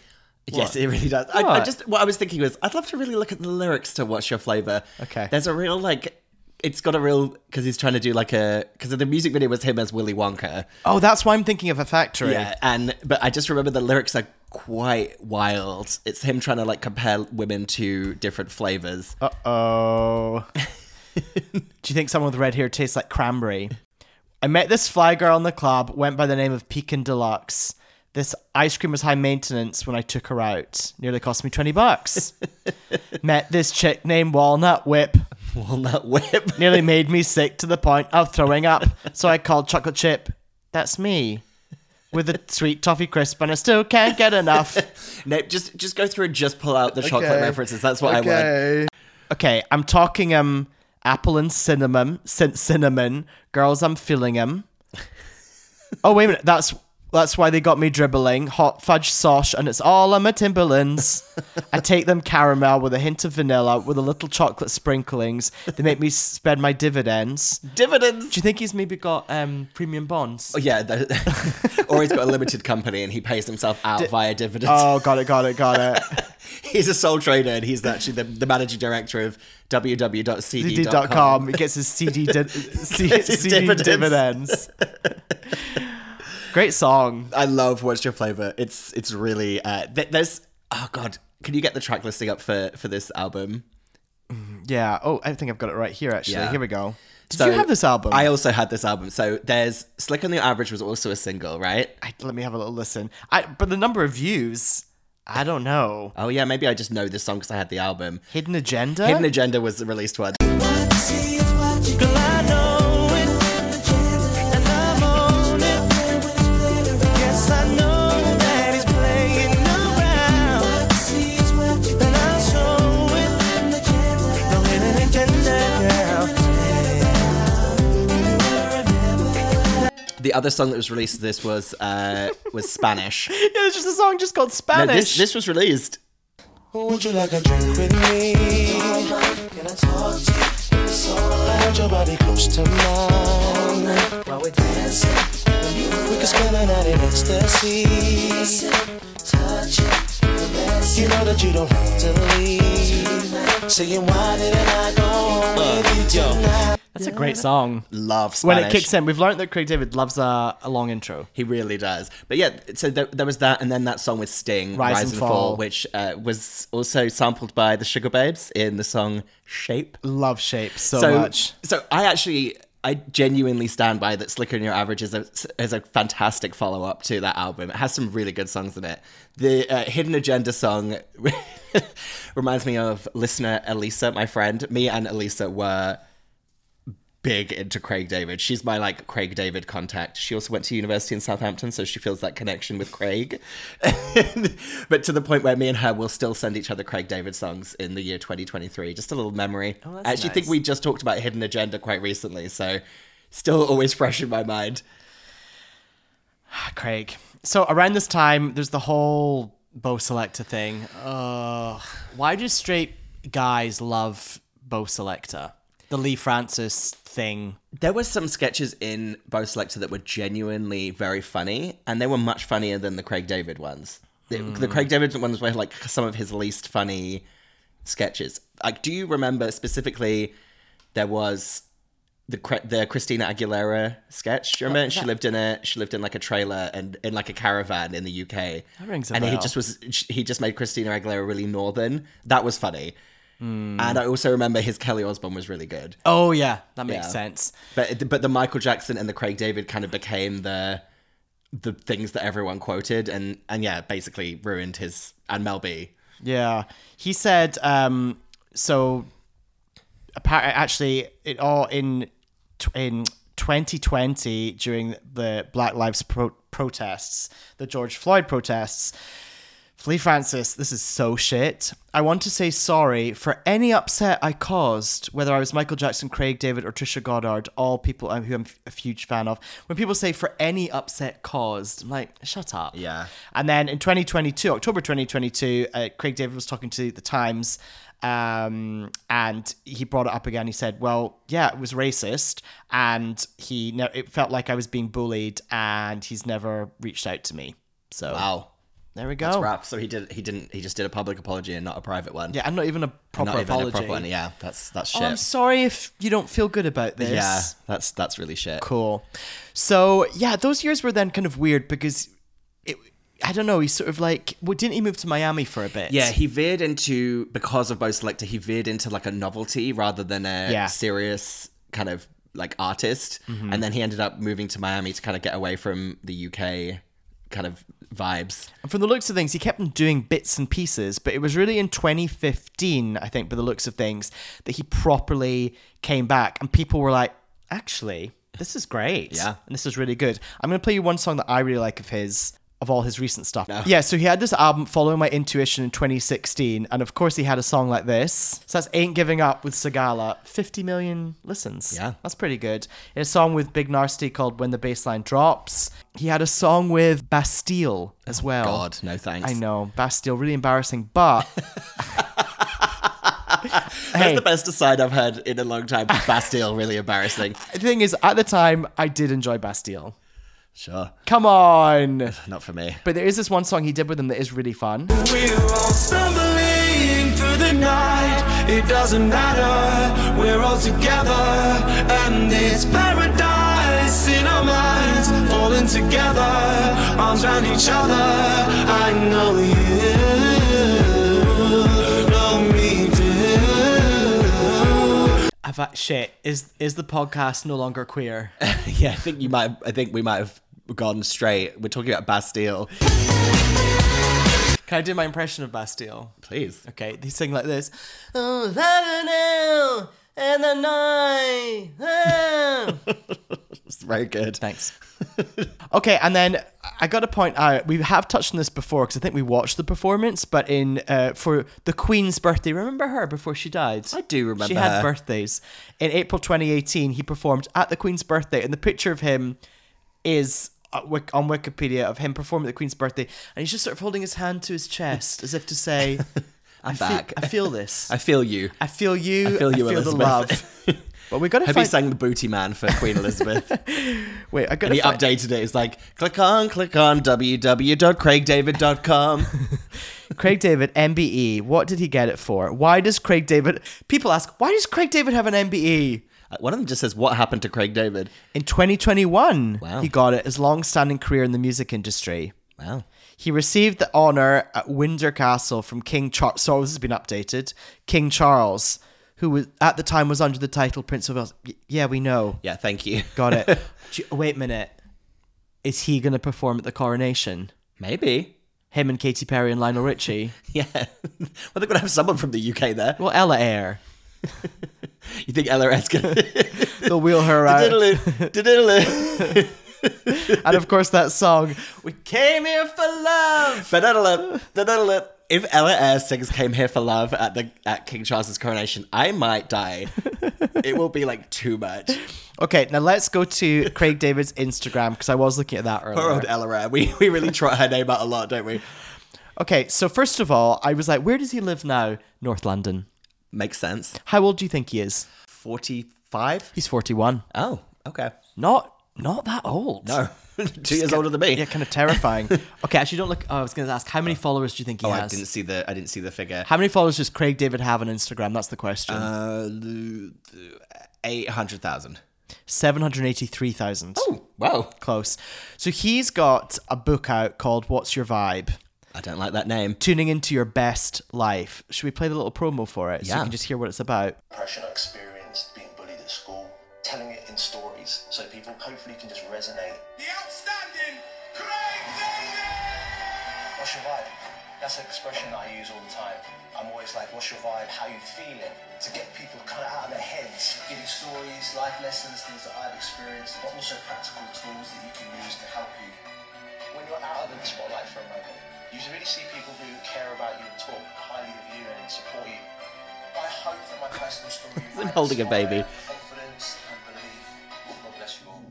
Yes, it really does. I, I
What?
just what I was thinking was I'd love to really look at the lyrics to "What's Your Flavor."
Okay.
There's a real like. It's got a real because he's trying to do like a because the music video was him as Willy Wonka.
Oh, that's why I'm thinking of a factory.
Oh, Yeah, and but I just remember the lyrics are quite wild. It's him trying to like compare women to different flavors.
Oh. Do you think someone with red hair tastes like cranberry? I met this fly girl in the club, went by the name of Pekin Deluxe. This ice cream was high maintenance when I took her out. Nearly cost me 20 bucks. met this chick named Walnut Whip.
Walnut whip.
Nearly made me sick to the point of throwing up. So I called Chocolate Chip. That's me. With a sweet toffee crisp, and I still can't get enough.
no, just just go through and just pull out the chocolate references. That's what I want.
Okay, I'm talking um apple and cinnamon, cin- cinnamon girls. I'm feeling 'em. oh wait a minute, that's that's why they got me dribbling hot fudge sosh, and it's all on my Timberlands. I take them caramel with a hint of vanilla, with a little chocolate sprinklings. They make me spend my dividends. Do
Dividends.
you think he's maybe got um premium bonds?
Oh, Yeah, the, or he's got a limited company and he pays himself out via dividends.
Oh, got it, got it, got it.
he's a sole trader and he's actually the, the managing director of
CD.com.
www.cd.com.
He gets his CD, di- C-
Gets his
CD
dividends.
dividends. Great song.
I love What's Your Flavor. It's it's really uh, th- there's oh god, can you get the track listing up for for this album?
Yeah. Oh, I think I've got it right here. Actually,
Yeah.
here we go. Did
So,
you have this album?
I also had this album. So there's Slick on the Average was also a single, right?
I- let me have a little listen. I but the number of views, I don't know.
Oh yeah, maybe I just know this song because I had the album.
Hidden agenda.
Hidden Agenda was the released one. The other song that was released to this was uh, was Spanish.
yeah, it's just a song just called
No,
Spanish.
this this was released.
Would you like a drink with me? Can I talk to you? So hold your body close to mine while we dance. We could spend the night in ecstasy. Touch it. You know that you don't have to leave. Saying why didn't I go on with you tonight?
That's a great song.
Love
When
Spanish.
it kicks in, we've learned that Craig David loves a, a long intro.
He really does. But yeah, so there, there was that, and then that song with Sting,
Rise
Rise,
and
and,
Fall.
Fall, which uh, was also sampled by the Sugar Babes in the song Shape.
Love shape so, much.
So I actually, I genuinely stand by that. Slicker than Your Average is a is a fantastic follow up to that album. It has some really good songs in it. The uh, Hidden Agenda song reminds me of listener Elisa, my friend. Me and Elisa were big into Craig David. She's my like Craig David contact. She also went to university in Southampton, so she feels that connection with Craig. but to the point where me and her will still send each other Craig David songs in the year 2023. Just a little memory. I actually think we just talked about Hidden Agenda quite recently, so still always fresh in my mind.
Craig. So around this time, there's the whole Bo Selector thing. Ugh. why do straight guys love Bo Selector? The Lee Francis thing.
There were some sketches in Bo Selector that were genuinely very funny, and they were much funnier than the Craig David ones. The, the Craig
Hmm.
David ones were like some of his least funny sketches. Like, do you remember specifically? There was the Cra- the Christina Aguilera sketch. Do you remember? she lived in a she lived in like a trailer and in like a caravan in the UK. That
rings a
And he
bell.
just was he just made Christina Aguilera really northern. That was funny.
Hmm.
And I also remember his Kelly Osbourne was really good.
Oh yeah, that makes
Yeah.
sense.
But but the Michael Jackson and the Craig David kind of became the the things that everyone quoted and and yeah, basically ruined his and Mel B.
Yeah, he said. Um, so, appa- actually, it all in tw- in 2020 during the Black Lives pro- protests, the George Floyd protests. Lee Francis, this is so shit. I want to say sorry for any upset I caused, whether I was Michael Jackson, Craig David, or Trisha Goddard, all people um, who I'm f- a huge fan of. When people say for any upset caused, I'm like, shut up.
Yeah.
And then in 2022, October 2022, uh, Craig David was talking to the Times, um, and he brought it up again. He said, "Well, yeah, it was racist, and he ne- it felt like I was being bullied, and he's never reached out to me." So
Wow.
there we go.
Rap. So he did he didn't he just did a public apology and not a private one.
Yeah, and not even a proper
Not even
apology.
a proper one. Yeah, that's that's
Oh,
shit.
I'm sorry if you don't feel good about this.
yeah, that's that's really shit.
Cool. So yeah, those years were then kind of weird because it. I don't know. He sort of like. Well, didn't he move to Miami for a bit?
Yeah, he veered into because of Bo Selector, he veered into like a novelty rather than a
Yeah. Mm-hmm.
serious kind of like artist. And then he ended up moving to Miami to kind of get away from the UK kind of vibes.
And from the looks of things, he kept on doing bits and pieces, but it was really in 2015, I think, by the looks of things, that he properly came back. And people were like, actually, this is great.
Yeah.
And this is really good. I'm going to play you one song that I really like of his. Of all his recent stuff. Yeah, so he had this album, Following My Intuition, in 2016. And of course, he had a song like this. So that's Ain't Giving Up with Sagala. 50 million listens.
Yeah.
That's pretty good. He had a song with Big Nasty called When the Bassline Drops. He had a song with Bastille as well.
God, no thanks.
I know. Bastille, really embarrassing. But
That's
Hey.
the best aside I've heard in a long time. Bastille, really embarrassing.
the thing is, at the time, I did enjoy Bastille.
Sure,
Come on.
not for me.
But there is this one song he did with him that is really fun.
We're all stumbling through the night. It doesn't matter, we're all together. And it's paradise in our minds, falling together, arms round each other. I know you know me too.
I've had- shit, is is the podcast no longer queer?
Yeah, I think you might. I think we might have gone straight. We're talking about Bastille.
Can I do my impression of Bastille?
Please.
Okay, they sing like this. Oh, that an and the night. ah."
It's very good.
Thanks. okay, and then I got to point out we have touched on this before because I think we watched the performance, but in uh, for the Queen's birthday, remember her before she died?
I do remember
She had
her.
birthdays in April 2018. He performed at the Queen's birthday, and the picture of him is uh, Wik- on Wikipedia of him performing at the Queen's birthday, and he's just sort of holding his hand to his chest as if to say, "I'm
back."
I feel this.
I feel you.
I feel you. I
feel you,
the
Elizabeth."
love." But we got to
Have
find.
you sang the Booty Man for Queen Elizabeth?
Wait, I got
And
to
he
find.
updated it. It's like, click on, click on www.craigdavid.com.
Craig David, E. MBE. What did he get it for? Why does Craig David? People ask, why does Craig David have an MBE?
Uh, One of them just says, "What happened to Craig David?"
In 2021,
Wow.
he got it his long-standing career in the music industry.
Wow.
He received the honor at Windsor Castle from King Charles. So this has been updated. King Charles, who was at the time was under the title Prince of Wales. Y- yeah, we know.
Yeah, thank you.
Got it. Do you- Wait a minute. Is he going to perform at the coronation?
Maybe.
Him and Katy Perry and Lionel Richie.
Yeah. well, they're going to have someone from the UK there.
Well, Ella Eyre.
You think LRS going
They'll wheel her out.
to.
and of course, that song. We came here for love.
If Ella Eyre sings "Came Here for Love" at the at King Charles's coronation, I might die. it will be like too much.
Okay, now let's go to Craig David's Instagram because I was looking at that
Poor
earlier.
old Ella Eyre. We we really trot her name out a lot, don't we?
Okay, so first of all, I was like, where does he live now? North London.
Makes sense.
How old do you think he is?
Forty-five.
He's 41.
Oh, okay.
Not not that old.
No, two years older than me.
Yeah, kind of terrifying. okay, actually don't look oh, I was going to ask how many followers do you think he
Oh, I
has?
didn't see the I didn't see the figure.
How many followers does Craig David have on Instagram? That's the question.
Uh, Eight hundred thousand.
783,000.
Oh, wow.
Close. So he's got a book out called What's Your Vibe?
I don't like that name.
Tuning into your best life. Should we play the little promo for it so you
Yeah.
can just hear what it's about?
depression I experienced being bullied at school, telling it in stories so people hopefully can just resonate.
The outstanding Craig David!
What's your vibe? That's an expression that I use all the time. I'm always like, what's your vibe? How you feeling? To get people kind of out of their heads, giving stories, life lessons, things that I've experienced, but also practical tools that you can use to help you. When you're out of the spotlight for a moment, you really see people who care about you and talk highly of you and support you. I hope that my personal story
I'm holding a baby.
confidence and belief. God bless you all.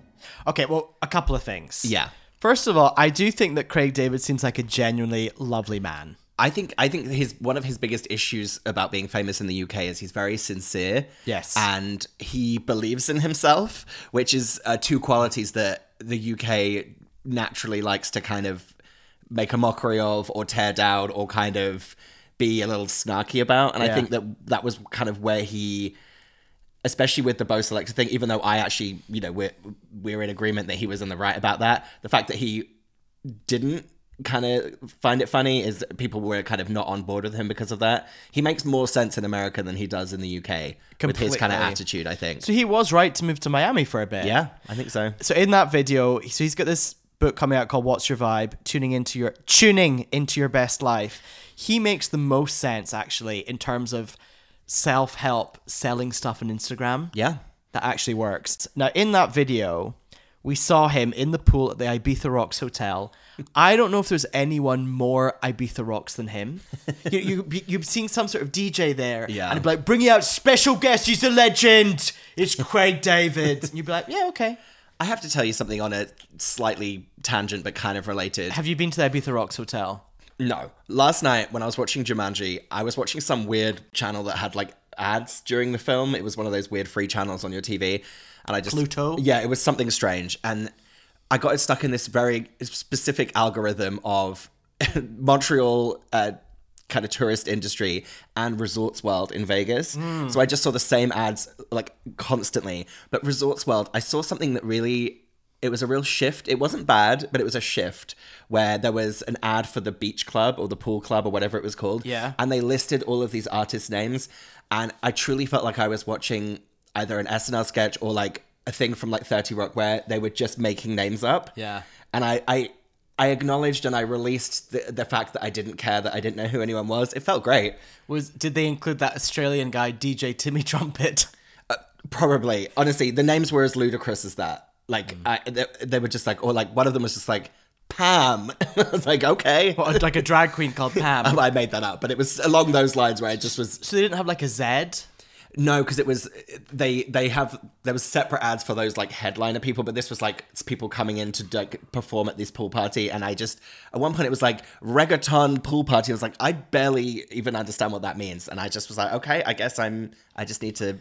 Okay, well, a couple of things.
Yeah.
First of all, I do think that Craig David seems like a genuinely lovely man.
I think I think his one of his biggest issues about being famous in the UK is he's very sincere.
Yes.
And he believes in himself, which is uh, two qualities that the UK naturally likes to kind of make a mockery of or tear down or kind of be a little snarky about. And
Yeah.
I think that that was kind of where he especially with the Bo Selector thing, even though I actually, you know, we're we're in agreement that he was in the right about that. The fact that he didn't kind of find it funny is that people were kind of not on board with him because of that. He makes more sense in America than he does in the UK with his kind
Completely.
of attitude, I think.
So he was right to move to Miami for a bit.
yeah, I think so.
So in that video, so he's got this book coming out called What's Your Vibe? Tuning into your tuning into your best life. He makes the most sense actually in terms of self-help, selling stuff on Instagram.
Yeah.
That actually works. Now in that video, we saw him in the pool at the Ibiza Rocks Hotel. I don't know if there's anyone more Ibiza Rocks than him. You, you, you've seen some sort of DJ there,
Yeah.
and he'd be like, bringing out special guest, he's a legend, it's Craig David. And you'd be like, yeah, okay.
I have to tell you something on a slightly tangent but kind of related.
Have you been to the Ibiza Rocks Hotel?
No. Last night when I was watching Jumanji, I was watching some weird channel that had like ads during the film. It was one of those weird free channels on your TV. And I just
Pluto?
Yeah, it was something strange. And I got stuck in this very specific algorithm of Montreal uh, kind of tourist industry and Resorts World in Vegas.
Hmm.
So I just saw the same ads like constantly. But Resorts World, I saw something that really it was a real shift. It wasn't bad, but it was a shift where there was an ad for the beach club or the pool club or whatever it was called.
Yeah.
And they listed all of these artists' names. And I truly felt like I was watching either an SNL sketch or like a thing from like 30 Rock where they were just making names up.
Yeah.
And I, I, I acknowledged and I released the, the fact that I didn't care, that I didn't know who anyone was. It felt great.
Was did they include that Australian guy DJ Timmy Trumpet?
Probably. Honestly, the names were as ludicrous as that. Like, I, they, they were just like, or like one of them was just like, Pam. I was like, okay.
Or like a drag queen called Pam.
I made that up, but it was along those lines where I just was
so they didn't have like a Z.
no, because it was they they have there was separate ads for those like headliner people, but this was like it's people coming in to like perform at this pool party, and I just at one point it was like reggaeton pool party. I was like, I barely even understand what that means, and I just was like, okay, I guess I'm I just need to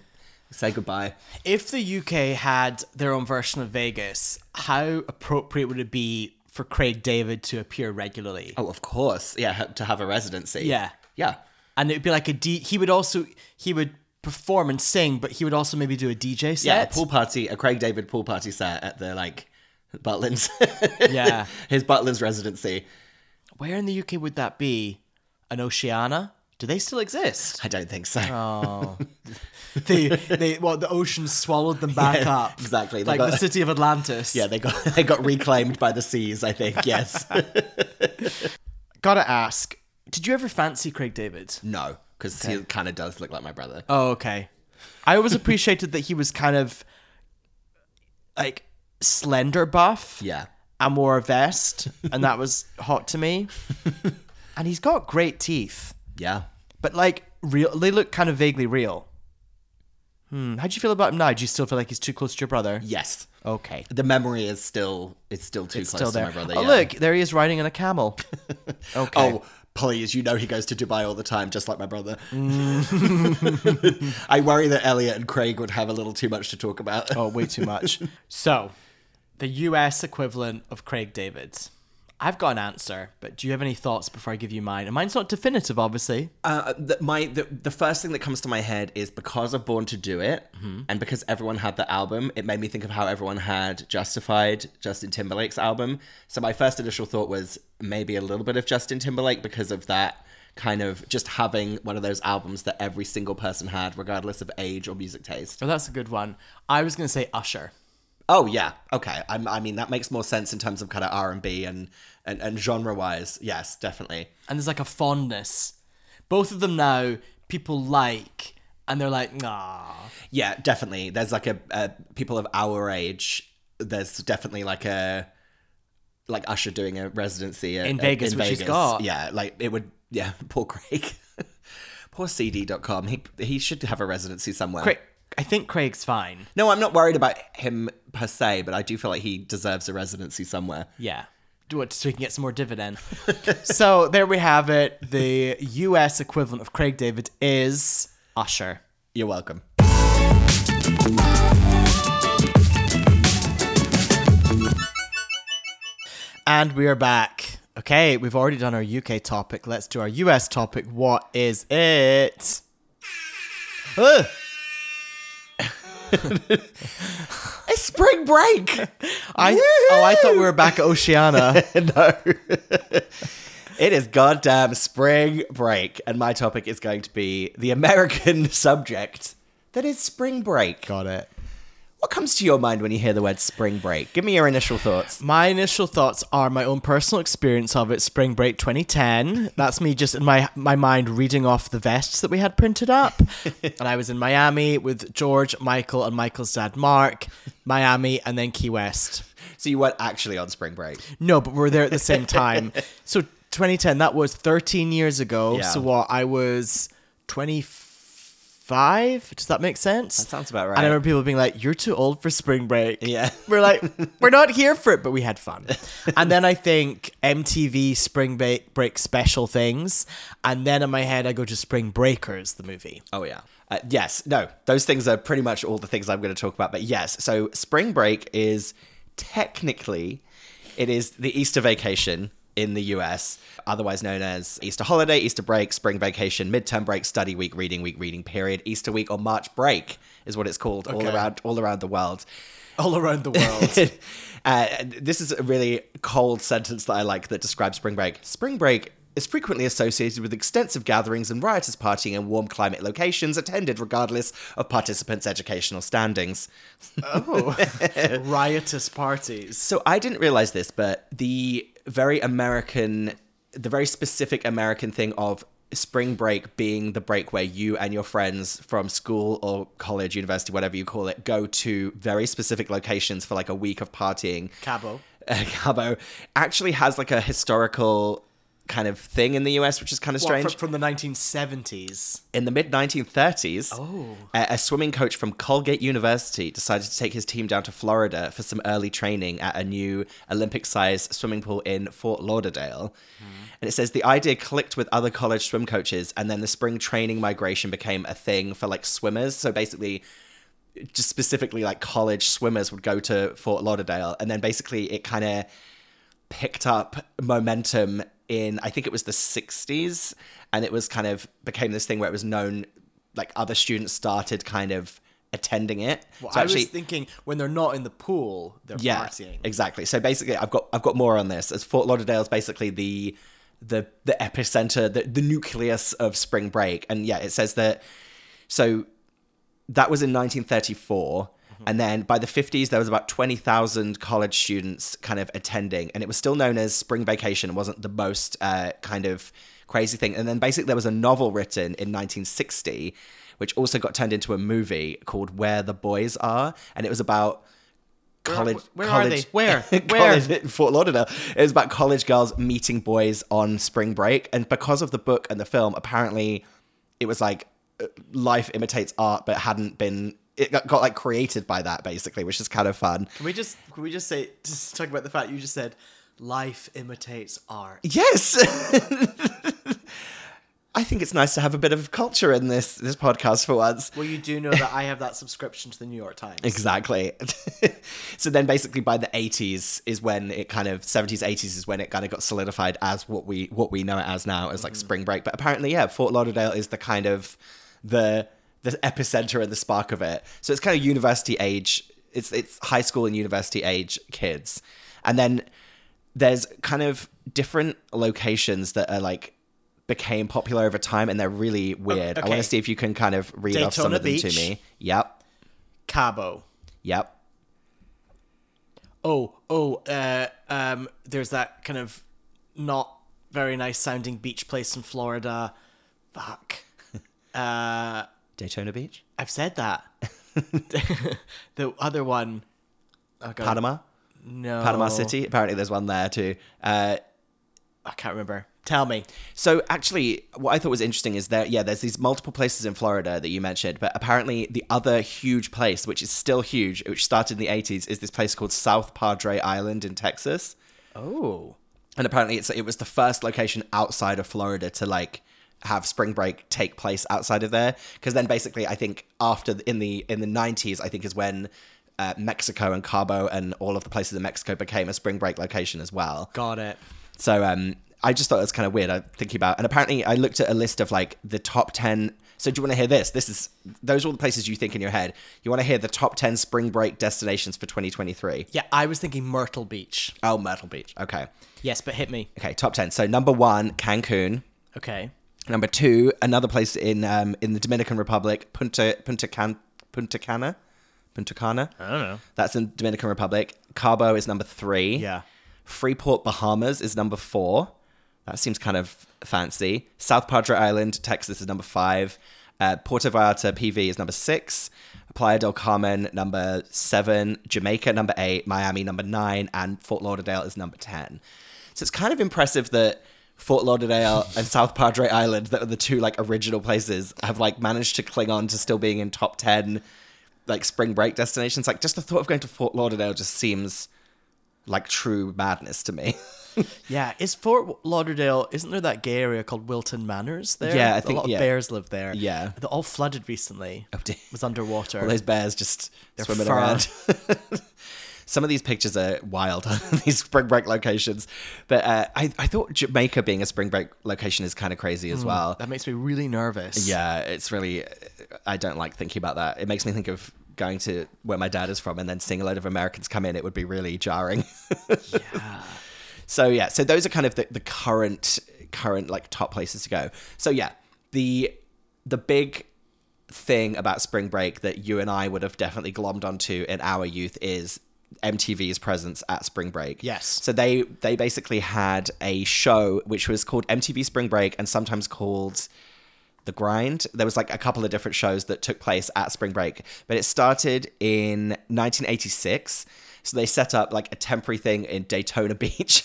say goodbye.
If the UK had their own version of Vegas, how appropriate would it be for Craig David to appear regularly?
Oh, of course, yeah, ha- to have a residency,
Yeah.
yeah.
And it would be like a D he would also he would perform and sing, but he would also maybe do a DJ set.
Yeah, a pool party, a Craig David pool party set at the like Butlins.
Yeah.
his Butlins residency.
Where in the UK would that be? An Oceana? Do they still exist?
I don't think so.
Oh. they, they, well, the ocean swallowed them back
Yeah,
up.
exactly. They
Like
got-
the city of Atlantis.
Yeah, they got they got reclaimed by the seas. I think yes.
Gotta ask, did you ever fancy Craig David?
no, because he kind of does look like my brother.
Oh, okay. I always appreciated that he was kind of like slender buff.
Yeah.
And wore a vest, and that was hot to me. and he's got great teeth,
Yeah.
but like real, they look kind of vaguely real. Hmm. How do you feel about him now? Do you still feel like he's too close to your brother?
Yes.
Okay.
The memory is still it's still too
Oh. It's
close
still
to
there.
my brother.
oh,
yeah.
look, there he is riding on a camel. Okay.
Oh, please! You know he goes to Dubai all the time, just like my brother.
Mm.
I worry that Elliot and Craig would have a little too much to talk about.
Oh, way too much. so, the US equivalent of Craig David's. I've got an answer, but do you have any thoughts before I give you mine? And mine's not definitive, obviously.
Uh, the, my the, the first thing that comes to my head is because of Born to Do It, and because everyone had the album, it made me think of how everyone had Justified, Justin Timberlake's album. So my first initial thought was maybe a little bit of Justin Timberlake because of that kind of just having one of those albums that every single person had, regardless of age or music taste.
Oh, that's a good one. I was going to say Usher.
Oh yeah, okay. i I mean that makes more sense in terms of kind of R and B and and and genre wise. Yes, definitely.
And there's like a fondness. Both of them now, people like, and they're like, nah.
Yeah, definitely. There's like a, a people of our age. There's definitely like a like Usher doing a residency at-
In Vegas, which he's got.
Yeah, like it would. Yeah, poor Craig. poor CD.com. He he should have a residency somewhere.
Craig, I think Craig's fine.
No, I'm not worried about him per se, but I do feel like he deserves a residency somewhere.
Yeah. Do it so we can get some more dividend. so there we have it. The US equivalent of Craig David is Usher.
You're welcome.
And we are back. Okay, we've already done our UK topic. Let's do our US topic. What is it? Ugh.
It's spring break.
I oh, I thought we were back at Oceana.
no. it is goddamn spring break, and my topic is going to be the American subject that is spring break.
Got it.
What comes to your mind when you hear the word spring break? Give me your initial thoughts.
My initial thoughts are my own personal experience of it. Spring Break 2010. That's me just in my my mind reading off the vests that we had printed up. and I was in Miami with George, Michael, and Michael's dad Mark. Miami, and then Key West.
So you weren't actually on spring break.
No, but we were there at the same time. so 2010, that was 13 years ago.
Yeah.
So what? I was 25. Does that make sense? That
sounds about
And
right.
I remember people being like, "You're too old for spring break."
Yeah.
we're like, we're not here for it, but we had fun. and then I think MTV Spring Break Break special things, and then in my head I go to Spring Breakers, the movie.
Oh yeah. Uh, yes. No. Those things are pretty much all the things I'm going to talk about. But yes. So spring break is technically it is the Easter vacation in the US, otherwise known as Easter holiday, Easter break, spring vacation, midterm break, study week, reading week, reading period, Easter week or March break is what it's called all
Okay.
around all around the world.
All around the world.
Uh, this is a really cold sentence that I like that describes spring break. Spring break is frequently associated with extensive gatherings and riotous partying in warm climate locations, attended regardless of participants' educational standings.
Riotous parties.
So I didn't realize this, but the very American, the very specific American thing of spring break being the break where you and your friends from school or college, university, whatever you call it, go to very specific locations for like a week of partying.
Cabo.
uh, Cabo actually has like a historical kind of thing in the US, which is kind of
Well,
strange.
fr- from the 1970s.
in the mid 1930s, a, a swimming coach from Colgate University decided to take his team down to Florida for some early training at a new Olympic sized swimming pool in Fort Lauderdale. And it says the idea clicked with other college swim coaches, and then the spring training migration became a thing for like swimmers. So basically, just specifically like college swimmers would go to Fort Lauderdale, and then basically it kind of picked up momentum in I think it was the 60s and it was kind of became this thing where it was known like other students started kind of attending it.
Well,
so
I
actually,
was thinking when they're not in the pool, they're
yeah,
partying.
exactly. So basically, I've got I've got more on this. As Fort Lauderdale's basically the the the epicenter, the the nucleus of spring break, and yeah, it says that. So that was in 1934.
Mm-hmm.
And then by the 50s, there was about 20,000 college students kind of attending, and it was still known as spring vacation. It wasn't the most uh, kind of crazy thing. And then basically, there was a novel written in 1960, which also got turned into a movie called Where the Boys Are, and it was about college.
where are
college,
they? Where? Where?
college in Fort Lauderdale. It was about college girls meeting boys on spring break, and because of the book and the film, apparently it was like uh, life imitates art, but hadn't been. It got, got like created by that basically, which is kind of fun.
Can we just can we just say just talk about the fact you just said life imitates art.
Yes. I think it's nice to have a bit of culture in this this podcast for once.
Well, you do know that I have that subscription to the New York Times.
Exactly. so then basically by the 80s is when it kind of 70s 80s is when it kind of got solidified as what we what we know it as now as like
Mm.
spring break. But apparently yeah, Fort Lauderdale is the kind of the the epicenter and the spark of it. So it's kind of university age it's it's high school and university age kids. And then there's kind of different locations that are like became popular over time and they're really weird. I want
Oh, okay.
to see if you can kind of read off some
Daytona
of them
Beach.
to me. Yep.
Cabo.
Yep.
Oh, oh, uh, um, there's that kind of not very nice sounding beach place in Florida. Fuck. Uh,
Daytona Beach?
I've said that. the other one. oh God.
Panama?
No.
Panama City? Apparently there's one there too. Uh,
I can't remember. Tell me.
so actually what I thought was interesting is that yeah, there's these multiple places in Florida that you mentioned, but apparently the other huge place, which is still huge, which started in the eighties, is this place called South Padre Island in Texas.
Oh.
and apparently it's it was the first location outside of Florida to like have spring break take place outside of there because then basically I think after the, in the in the 90s I think is when uh, Mexico and Cabo and all of the places in Mexico became a spring break location as well.
Got it.
So um, I just thought it was kind of weird. I thinking about, and apparently I looked at a list of like the top ten. So do you want to hear this? This is those are all the places you think in your head. You want to hear the top ten spring break destinations for 2023?
Yeah, I was thinking Myrtle Beach.
Oh, Myrtle Beach. Okay,
Yes, but hit me.
okay, top ten. So number one, Cancun.
Okay.
Number two, another place in um, in the Dominican Republic, Punta Punta Can Punta Cana, Punta Cana. I don't know. That's in Dominican Republic. Cabo is number three.
Yeah.
Freeport, Bahamas is number four. That seems kind of fancy. South Padre Island, Texas is number five. Uh, Puerto Vallarta, PV is number six. Playa del Carmen, number seven. Jamaica, number eight. Miami, number nine. And Fort Lauderdale is number 10. So it's kind of impressive that Fort Lauderdale and South Padre Island, that were the two like original places, have like managed to cling on to still being in top 10 like spring break destinations. Like just the thought of going to Fort Lauderdale just seems like true madness to me.
Yeah, is Fort Lauderdale? Isn't there that gay area called Wilton Manors? There,
Yeah, I
a
think-
lot of
yeah.
bears live there.
Yeah.
they're all flooded recently.
Oh, dear.
was underwater.
All those bears just swimming
fur.
around. Some of these pictures are wild, these spring break locations. But uh, I, I thought Jamaica being a spring break location is kind of crazy as well.
that makes me really nervous.
Yeah, it's really. I don't like thinking about that. It makes me think of going to where my dad is from and then seeing a load of Americans come in. It would be really jarring. So yeah, so those are kind of the, the current current like top places to go. So yeah, the the big thing about spring break that you and I would have definitely glommed onto in our youth is MTV's presence at spring break.
Yes.
So they they basically had a show which was called MTV Spring Break and sometimes called the grind there was like a couple of different shows that took place at spring break but it started in 1986 so they set up like a temporary thing in daytona beach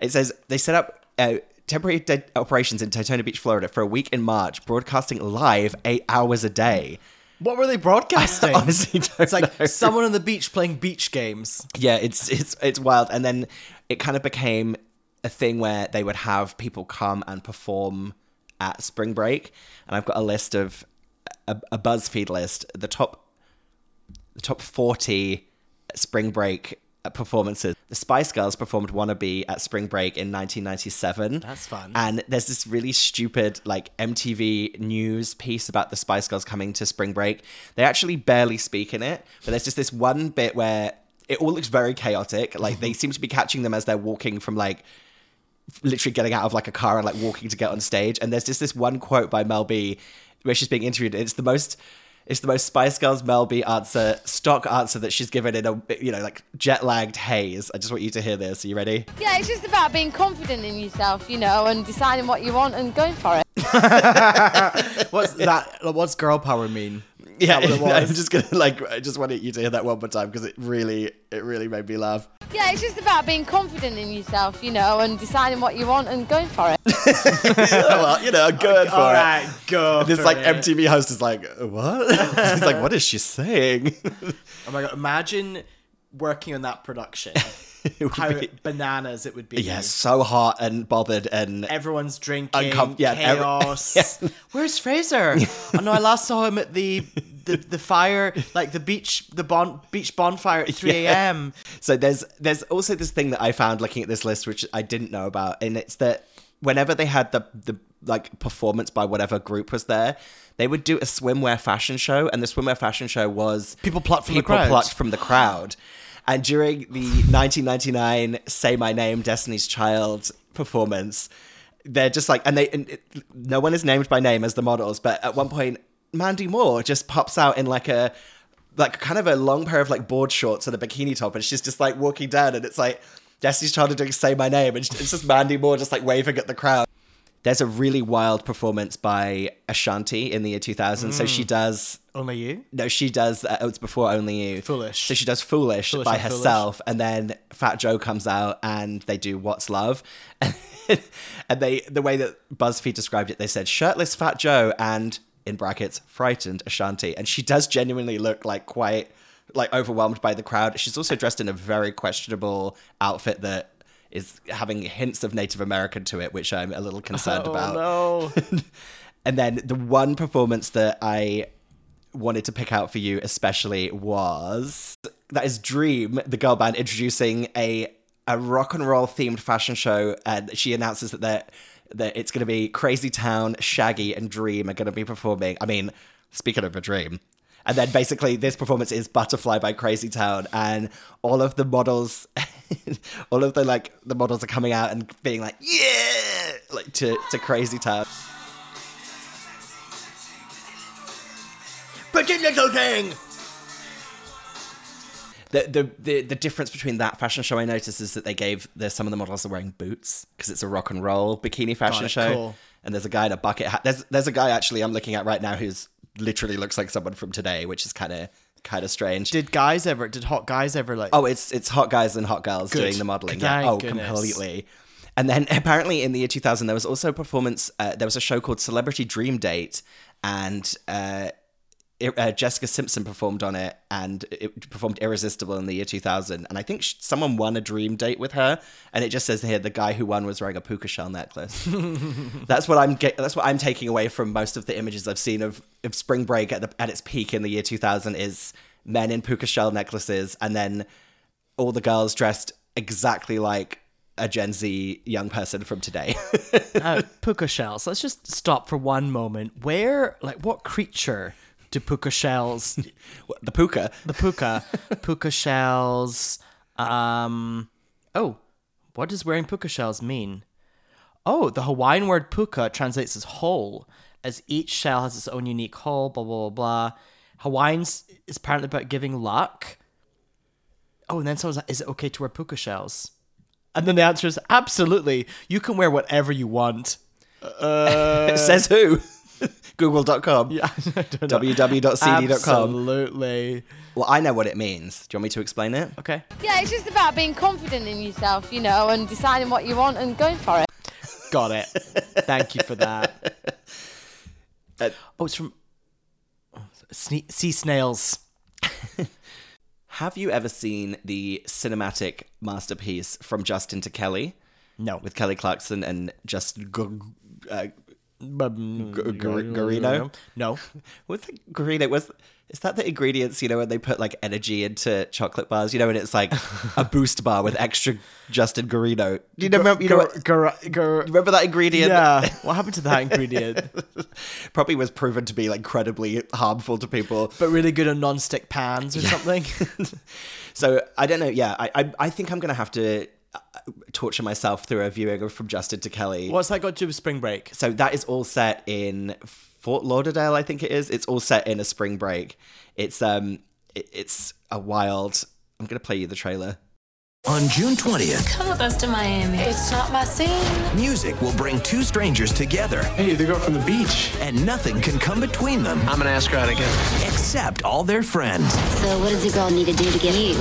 it says they set up uh, temporary da- operations in daytona beach florida for a week in march broadcasting live eight hours a day
what were they broadcasting?
honestly don't
it's like
know.
someone on the beach playing beach games.
yeah it's it's it's wild and then it kind of became a thing where they would have people come and perform at spring break and i've got a list of a, a buzzfeed list the top the top 40 spring break performances. The Spice Girls performed Wannabe at Spring Break in 1997.
That's fun.
And there's this really stupid, like, MTV news piece about the Spice Girls coming to Spring Break. They actually barely speak in it, but there's just this one bit where it all looks very chaotic. Like, they seem to be catching them as they're walking from, like, literally getting out of like a car and like walking to get on stage. And there's just this one quote by Mel B where she's being interviewed. It's the most it's the most Spice Girls Mel B answer, stock answer that she's given in a you know, like jet lagged haze. I just want you to hear this. Are you ready?
Yeah, it's just about being confident in yourself, you know, and deciding what you want and going for it.
what's that? What's girl power mean?
Yeah,
Is that what it
I'm
was?
just gonna like I just wanted you to hear that one more time because it really it really made me laugh.
Yeah, it's just about being confident in yourself, you know, and deciding what you want and going for it.
well, you know, go for
all
it.
right, go
This
for
like
it.
MTV host is like, what? He's like, what is she saying?
Oh my god! Imagine working on that production. How bananas it would be.
yeah, so hot and bothered and
Everyone's drinking.
Uncom- yeah, every-
chaos.
Yeah.
Where's Fraser? I know. I last saw him at the the, the fire, like the beach, the bon- beach bonfire at three
Yeah.
a.m.
So there's there's also this thing that I found looking at this list which I didn't know about, and it's that whenever they had the the like performance by whatever group was there, they would do a swimwear fashion show, and the swimwear fashion show was
People plucked from the
people
crowd.
plucked from the crowd. And during the 1999 "Say My Name" Destiny's Child performance, they're just like, and they and it, no one is named by name as the models, but at one point, Mandy Moore just pops out in like a like kind of a long pair of like board shorts and a bikini top, and she's just like walking down, and it's like Destiny's Child are doing "Say My Name," and it's just Mandy Moore just like waving at the crowd. There's a really wild performance by Ashanti in the year 2000. So
Mm.
she does
Only you.
no, she does. Uh, it's before only you.
Foolish.
So she does foolish,
Foolish
by
and Foolish.
herself, and then Fat Joe comes out, and they do what's love, and they the way that BuzzFeed described it, they said shirtless Fat Joe and in brackets frightened Ashanti, and she does genuinely look like quite like overwhelmed by the crowd. She's also dressed in a very questionable outfit that is having hints of Native American to it, which I'm a little concerned
Oh,
about.
no.
And then the one performance that I wanted to pick out for you especially was that is Dream, the girl band introducing a a rock and roll themed fashion show and she announces that they're that it's going to be Crazy Town, Shaggy and Dream are going to be performing. I mean, speaking of a dream. And then basically this performance is Butterfly by Crazy Town and all of the models all of the like the models are coming out and being like yeah like to to Crazy Town. Pretty little thing. The, the the the difference between that fashion show I noticed is that they gave the some of the models are wearing boots because it's a rock and roll bikini fashion
it,
show.
cool.
And there's a guy in a bucket hat. There's there's a guy actually I'm looking at right now who's literally looks like someone from today, which is kind of kind of strange.
Did guys ever? Did hot guys ever like?
Oh, it's it's hot guys and hot girls
Good.
doing the modeling.
Thank
yeah. Oh,
goodness.
completely. And then apparently in the year 2000, there was also a performance. Uh, there was a show called Celebrity Dream Date, and uh, it, uh, Jessica Simpson performed on it, and it performed Irresistible in the year 2000. And I think sh someone won a dream date with her, and it just says here the guy who won was wearing a puka shell necklace. that's what I'm get, that's what I'm taking away from most of the images I've seen of, of spring break at the at its peak in the year 2000 is men in puka shell necklaces and then all the girls dressed exactly like a Gen Z young person from today.
Now, puka shells. Let's just stop for one moment. Where, like, what creature do puka shells?
the puka.
The puka, puka shells. Um, oh, what does wearing puka shells mean? Oh, the Hawaiian word puka translates as whole, as each shell has its own unique hole. Blah blah blah. blah. Hawaiians is apparently about giving luck. Oh, and then someone's like, "Is it okay to wear puka shells?" And then the answer is absolutely. You can wear whatever you want. Uh,
Says who? Google.com.
Yeah, I don't know.
www.cd.com.
Absolutely.
Well, I know what it means. Do you want me to explain it?
Okay.
Yeah, it's just about being confident in yourself, you know, and deciding what you want and going for it.
Got it. Thank you for that.
Uh,
oh, it's from oh, sne- sea snails.
Have you ever seen the cinematic masterpiece from Justin to Kelly
No.
with Kelly Clarkson and Justin G- uh, Garino?
mm, No.
What's the Garino? Was is that the ingredients, you know, when they put like energy into chocolate bars, you know, and it's like a boost bar with extra Justin Garino. Do you know, remember, you know what- remember that ingredient?
Yeah. What happened to that ingredient?
Probably was proven to be like incredibly harmful to people.
but really good on non-stick pans or something.
So I don't know. Yeah, I I, I think I'm gonna have to uh, torture myself through a viewing of From Justin to Kelly.
What's that got to do with spring break?
So that is all set in Fort Lauderdale, I think it is. It's all set in a spring break. It's um, it, it's a wild. I'm gonna play you the trailer.
On June 20th,
Come with us to Miami. It's not my scene.
music will bring two strangers together. Hey, the girl from the beach. And nothing can come between them. I'm gonna ask her out again. Except all their friends.
So, what does a girl need to do to get you?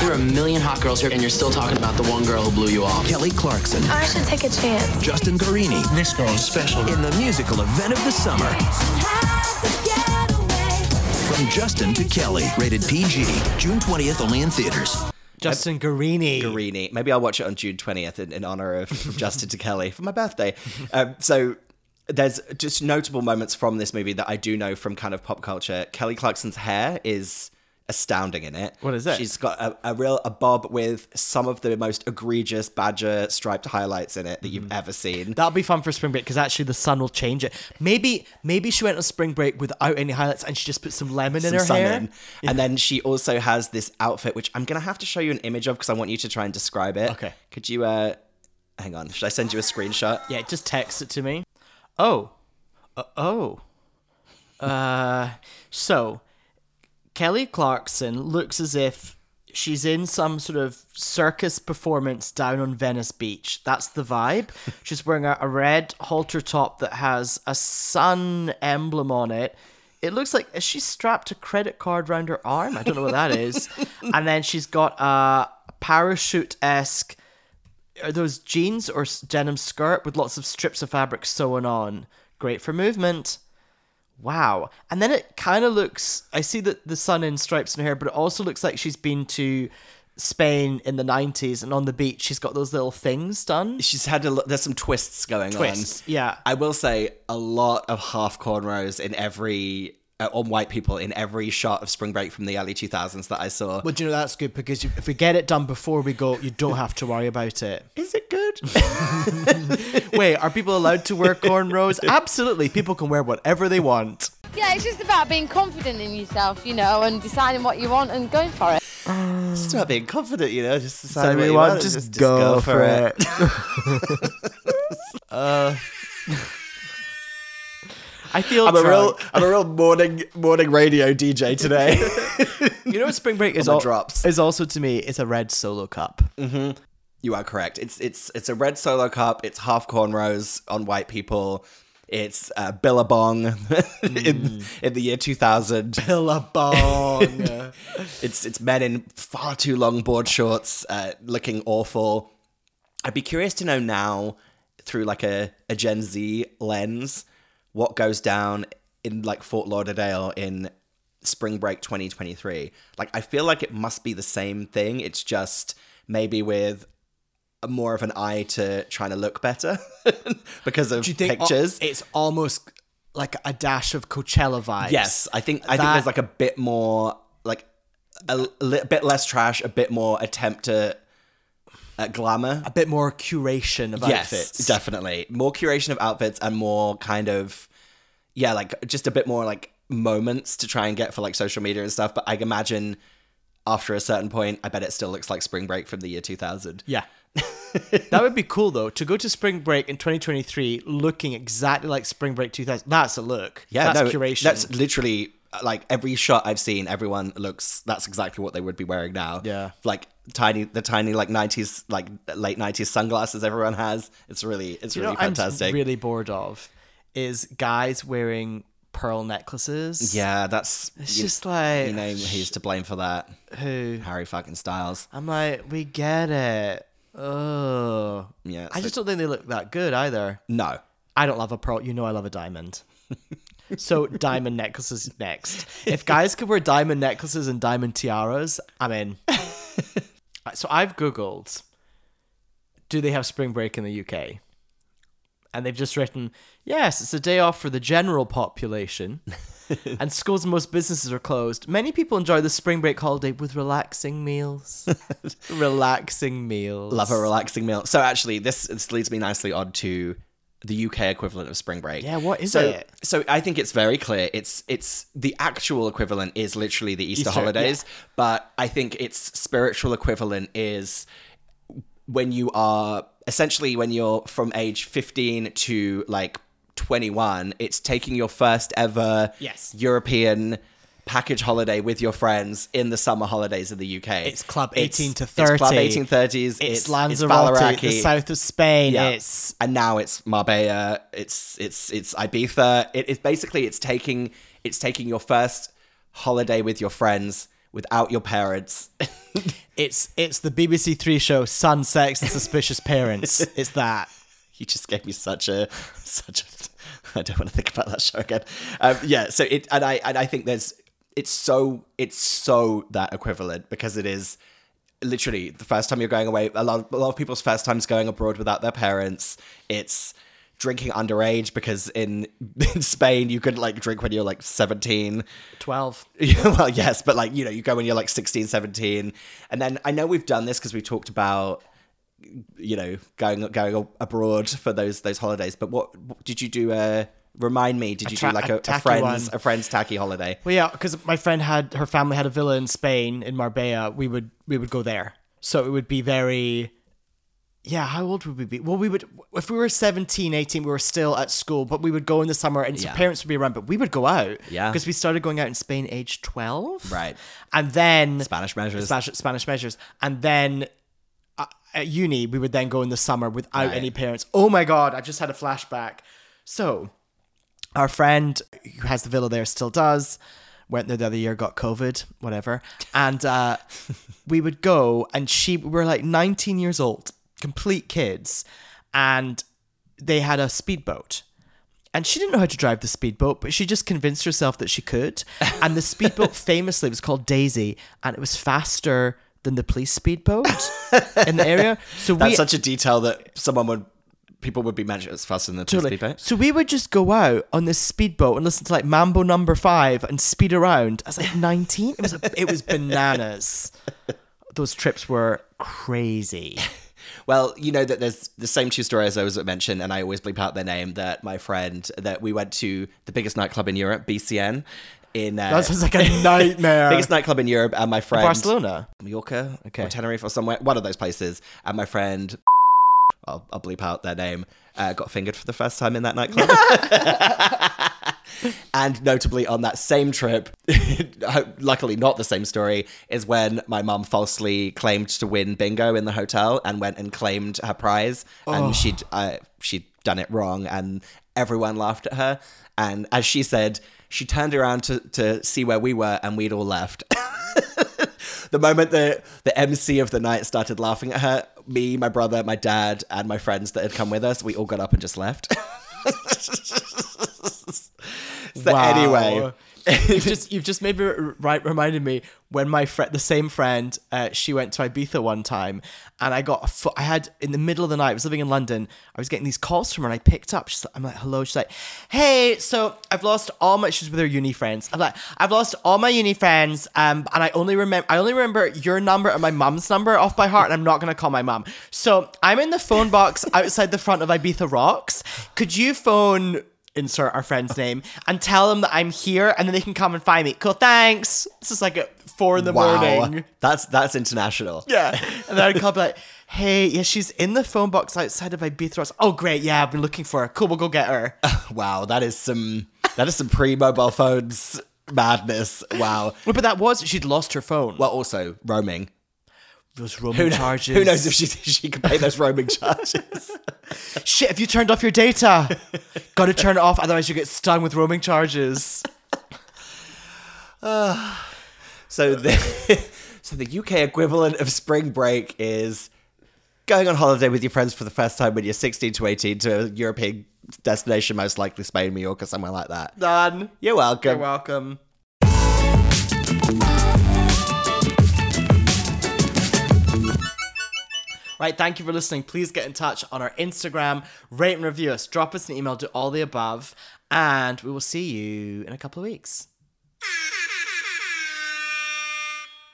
There are a million hot girls here, and you're still talking about the one girl who blew you off.
Kelly Clarkson.
I should take a chance.
Justin Guarini. This girl is special. In the musical event of the summer. From Justin to Kelly, rated PG. June 20th, only in theaters.
Justin Guarini.
Guarini. Maybe I'll watch it on June 20th in, in honor of Justin to Kelly for my birthday. Um, so there's just notable moments from this movie that I do know from kind of pop culture. Kelly Clarkson's hair is astounding in it.
What is it?
She's got a, a real a bob with some of the most egregious badger striped highlights in it that
Mm-hmm.
you've ever seen.
That'll be fun for spring break because actually the sun will change it. Maybe maybe she went on spring break without any highlights and she just put some lemon in her
some sun
hair.
in. And then she also has this outfit, which I'm gonna have to show you an image of because I want you to try and describe it.
Okay.
Could you? uh Hang on. Should I send you a screenshot?
Yeah, just text it to me. Oh, uh, oh. Uh, so Kelly Clarkson looks as if she's in some sort of circus performance down on Venice Beach. That's the vibe. she's wearing a, a red halter top that has a sun emblem on it. It looks like has she strapped a credit card round her arm. I don't know what that is. and then she's got a parachute esque are those jeans or s- denim skirt with lots of strips of fabric sewn on. Great for movement. Wow. And then it kind of looks, I see that the sun in stripes in her hair, but it also looks like she's been to Spain in the 90s and on the beach she's got those little things done.
She's had a lot. There's some twists going
Twists,
on.
yeah.
I will say a lot of half cornrows in every uh, on white people in every shot of Spring Break from the early 2000s that I saw.
But you know, that's good because you, if we get it done before we go, you don't have to worry about it.
Is it good?
Wait, are people allowed to wear cornrows? Absolutely. People can wear whatever they want.
Yeah, it's just about being confident in yourself, you know, and deciding what you want and going for it.
It's about being confident, you know. Just decide
So
what
we
you
want
want,
just,
just
go, for, it.
uh,
I feel
I'm a real,
drunk.
I'm a real morning morning radio DJ today.
You know what spring break is
my
al-
drops.
is also to me it's a red solo cup.
You are correct. It's it's it's a red solo cup. It's half cornrows on white people. It's uh, Billabong in, in the year 2000.
Billabong.
it's it's men in far too long board shorts, uh, looking awful. I'd be curious to know now, through like a, a Gen Z lens, what goes down in like Fort Lauderdale in spring break 2023. Like I feel like it must be the same thing. It's just maybe with a- more of an eye to trying to look better because of
Do you think uh, al-
pictures.
it's almost like a dash of Coachella vibes?
Yes, I think I
That-
think there's like a bit more like a li- bit less trash, a bit more attempt to at glamour.
a bit more curation of
yes,
outfits.
definitely more curation of outfits and more kind of yeah, like just a bit more like moments to try and get for like social media and stuff. But I imagine after a certain point, I bet it still looks like spring break from the year 2000.
Yeah. that would be cool though to go to spring break in 2023 looking exactly like spring break 2000 that's a look
Yeah,
that's
no,
curation
That's literally like every shot I've seen. Everyone looks. That's exactly what they would be wearing now.
Yeah.
like tiny, the tiny like nineties, like late nineties sunglasses everyone has. It's really, it's
you know
really
what
fantastic.
i'm really bored of is guys wearing pearl necklaces
yeah, that's.
It's just like-
you know who's to blame for that?
who
Harry fucking Styles.
i'm like we get it oh
Yeah,
i
so-
just don't think they look that good either
No,
I don't love a pearl. You know, I love a diamond. so diamond necklaces next. If guys could wear diamond necklaces and diamond tiaras, I'm in. so I've googled, do they have spring break in the UK? and they've just written, "Yes, it's a day off for the general population." and schools and most businesses are closed. Many people enjoy the spring break holiday with relaxing meals. relaxing meals.
Love a relaxing meal. So actually, this this leads me nicely on to the UK equivalent of spring break.
Yeah, what is
so,
it?
So I think it's very clear. It's it's the actual equivalent is literally the Easter,
Easter,
holidays, but I think its spiritual equivalent is when you are essentially when you're from age 15 to like 21, it's taking your first ever
Yes.
European package holiday with your friends in the summer holidays in the UK.
It's Club 18 to
It's Club
30.
1830s. It's,
It's
it's
Lanzarote,
Valaraki.
the south of Spain.
Yeah.
It's
and now it's Marbella. It's it's it's Ibiza. It is basically it's taking it's taking your first holiday with your friends without your parents.
It's it's the BBC Three show Sun, Sex, and Suspicious Parents. it's that.
you just gave me such a such a. I don't want to think about that show again. Um, yeah. So it and I and I think there's it's so it's so that equivalent because it is literally the first time you're going away. A lot of, a lot of people's first times going abroad without their parents. It's drinking underage because in in Spain you could like drink when you're like 17
12
yeah, well yes but like you know you go when you're like 16 17 and then I know we've done this because we talked about you know going going abroad for those those holidays but what, what did you do uh remind me did
A
you
tra-
do like
a
a, a,
tacky
friend's
one.
a friend's tacky holiday
Well, yeah, because my friend had her family had a villa in Spain in Marbella. We would we would go there, so it would be very. Yeah, how old would we be? Well, we would if we were 17, 18, we were still at school, but we would go in the summer, and so
Yeah.
parents would be around, but we would go out.
Yeah.
because we started going out in Spain age twelve.
Right.
and then
Spanish measures.
Spanish, Spanish measures, and then. uh, At uni, we would then go in the summer without
Right.
any parents. Oh my god, I've just had a flashback. So, our friend who has the villa there still does went there the other year got covid whatever and uh, we would go and she we were like 19 years old complete kids and they had a speedboat and she didn't know how to drive the speedboat but she just convinced herself that she could and the speedboat famously was called daisy and it was faster than the police speedboat in the area so
that's
we
such a detail that someone would people would be mentioned as faster than the
Totally.
totally. people
So we would just go out on this speedboat and listen to like Mambo Number Five and speed around. I was like nineteen. It was it was bananas. Those trips were crazy.
Well, you know that there's the same two stories I was at mention, and I always bleep out their name. That my friend that we went to the biggest nightclub in Europe, BCN, in uh,
That sounds like a nightmare.
biggest nightclub in Europe, and my friend
Barcelona?
Mallorca,
Okay.
or Tenerife, or somewhere, one of those places, and my friend. I'll, I'll bleep out their name. Uh, got fingered for the first time in that nightclub, and notably on that same trip, luckily not the same story, is when my mum falsely claimed to win bingo in the hotel and went and claimed her prize,
Oh.
and she'd uh, she'd done it wrong, and everyone laughed at her. And as she said, she turned around to to see where we were, and we'd all left. the moment the the MC of the night started laughing at her, me, my brother, my dad, and my friends that had come with us, we all got up and just left. so anyway,
you've just you've just made me right reminded me when my friend, the same friend, uh, she went to Ibiza one time, and I got a fo- I had in the middle of the night. I was living in London. I was getting these calls from her, and I picked up. She's like, I'm like, hello. She's like, hey, so I've lost all my. She's with her uni friends. I'm like, I've lost all my uni friends, um, and I only remember I only remember your number and my mum's number off by heart, and I'm not gonna call my mum. So I'm in the phone box outside the front of Ibiza Rocks. Could you phone? insert our friend's name and tell them that I'm here and then they can come and find me. Cool, thanks. This is like at four in the morning.
That's that's international.
Yeah. And then I'd call be like, hey, yeah, she's in the phone box outside of Ibiza. Oh, great. Yeah, I've been looking for her. Cool, we'll go get her.
Wow, that is some that is some pre mobile phones madness. Wow.
Well, but that was, she'd lost her phone.
Well, also roaming.
Those roaming
Who, kno-
charges.
who knows if she she could pay those roaming charges?
Shit, have you turned off your data? Gotta turn it off, otherwise you get stung with roaming charges.
So the so the UK equivalent of spring break is going on holiday with your friends for the first time when you're 16 to 18 to a European destination, most likely Spain, Mallorca, somewhere like that.
Done.
You're welcome.
You're welcome. Right, thank you for listening. Please get in touch on our Instagram, rate and review us, drop us an email, do all the above, and we will see you in a couple of weeks.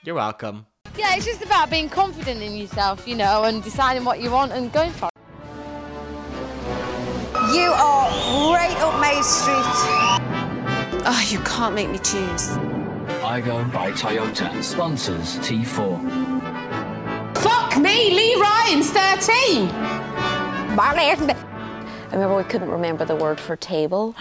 You're welcome.
Yeah, it's just about being confident in yourself, you know, and deciding what you want and going for it.
You are right up my street.
Oh, you can't make me choose.
I go by Toyota sponsors T4.
Fuck me, Lee Ryan's 13.
I remember we couldn't remember the word for table.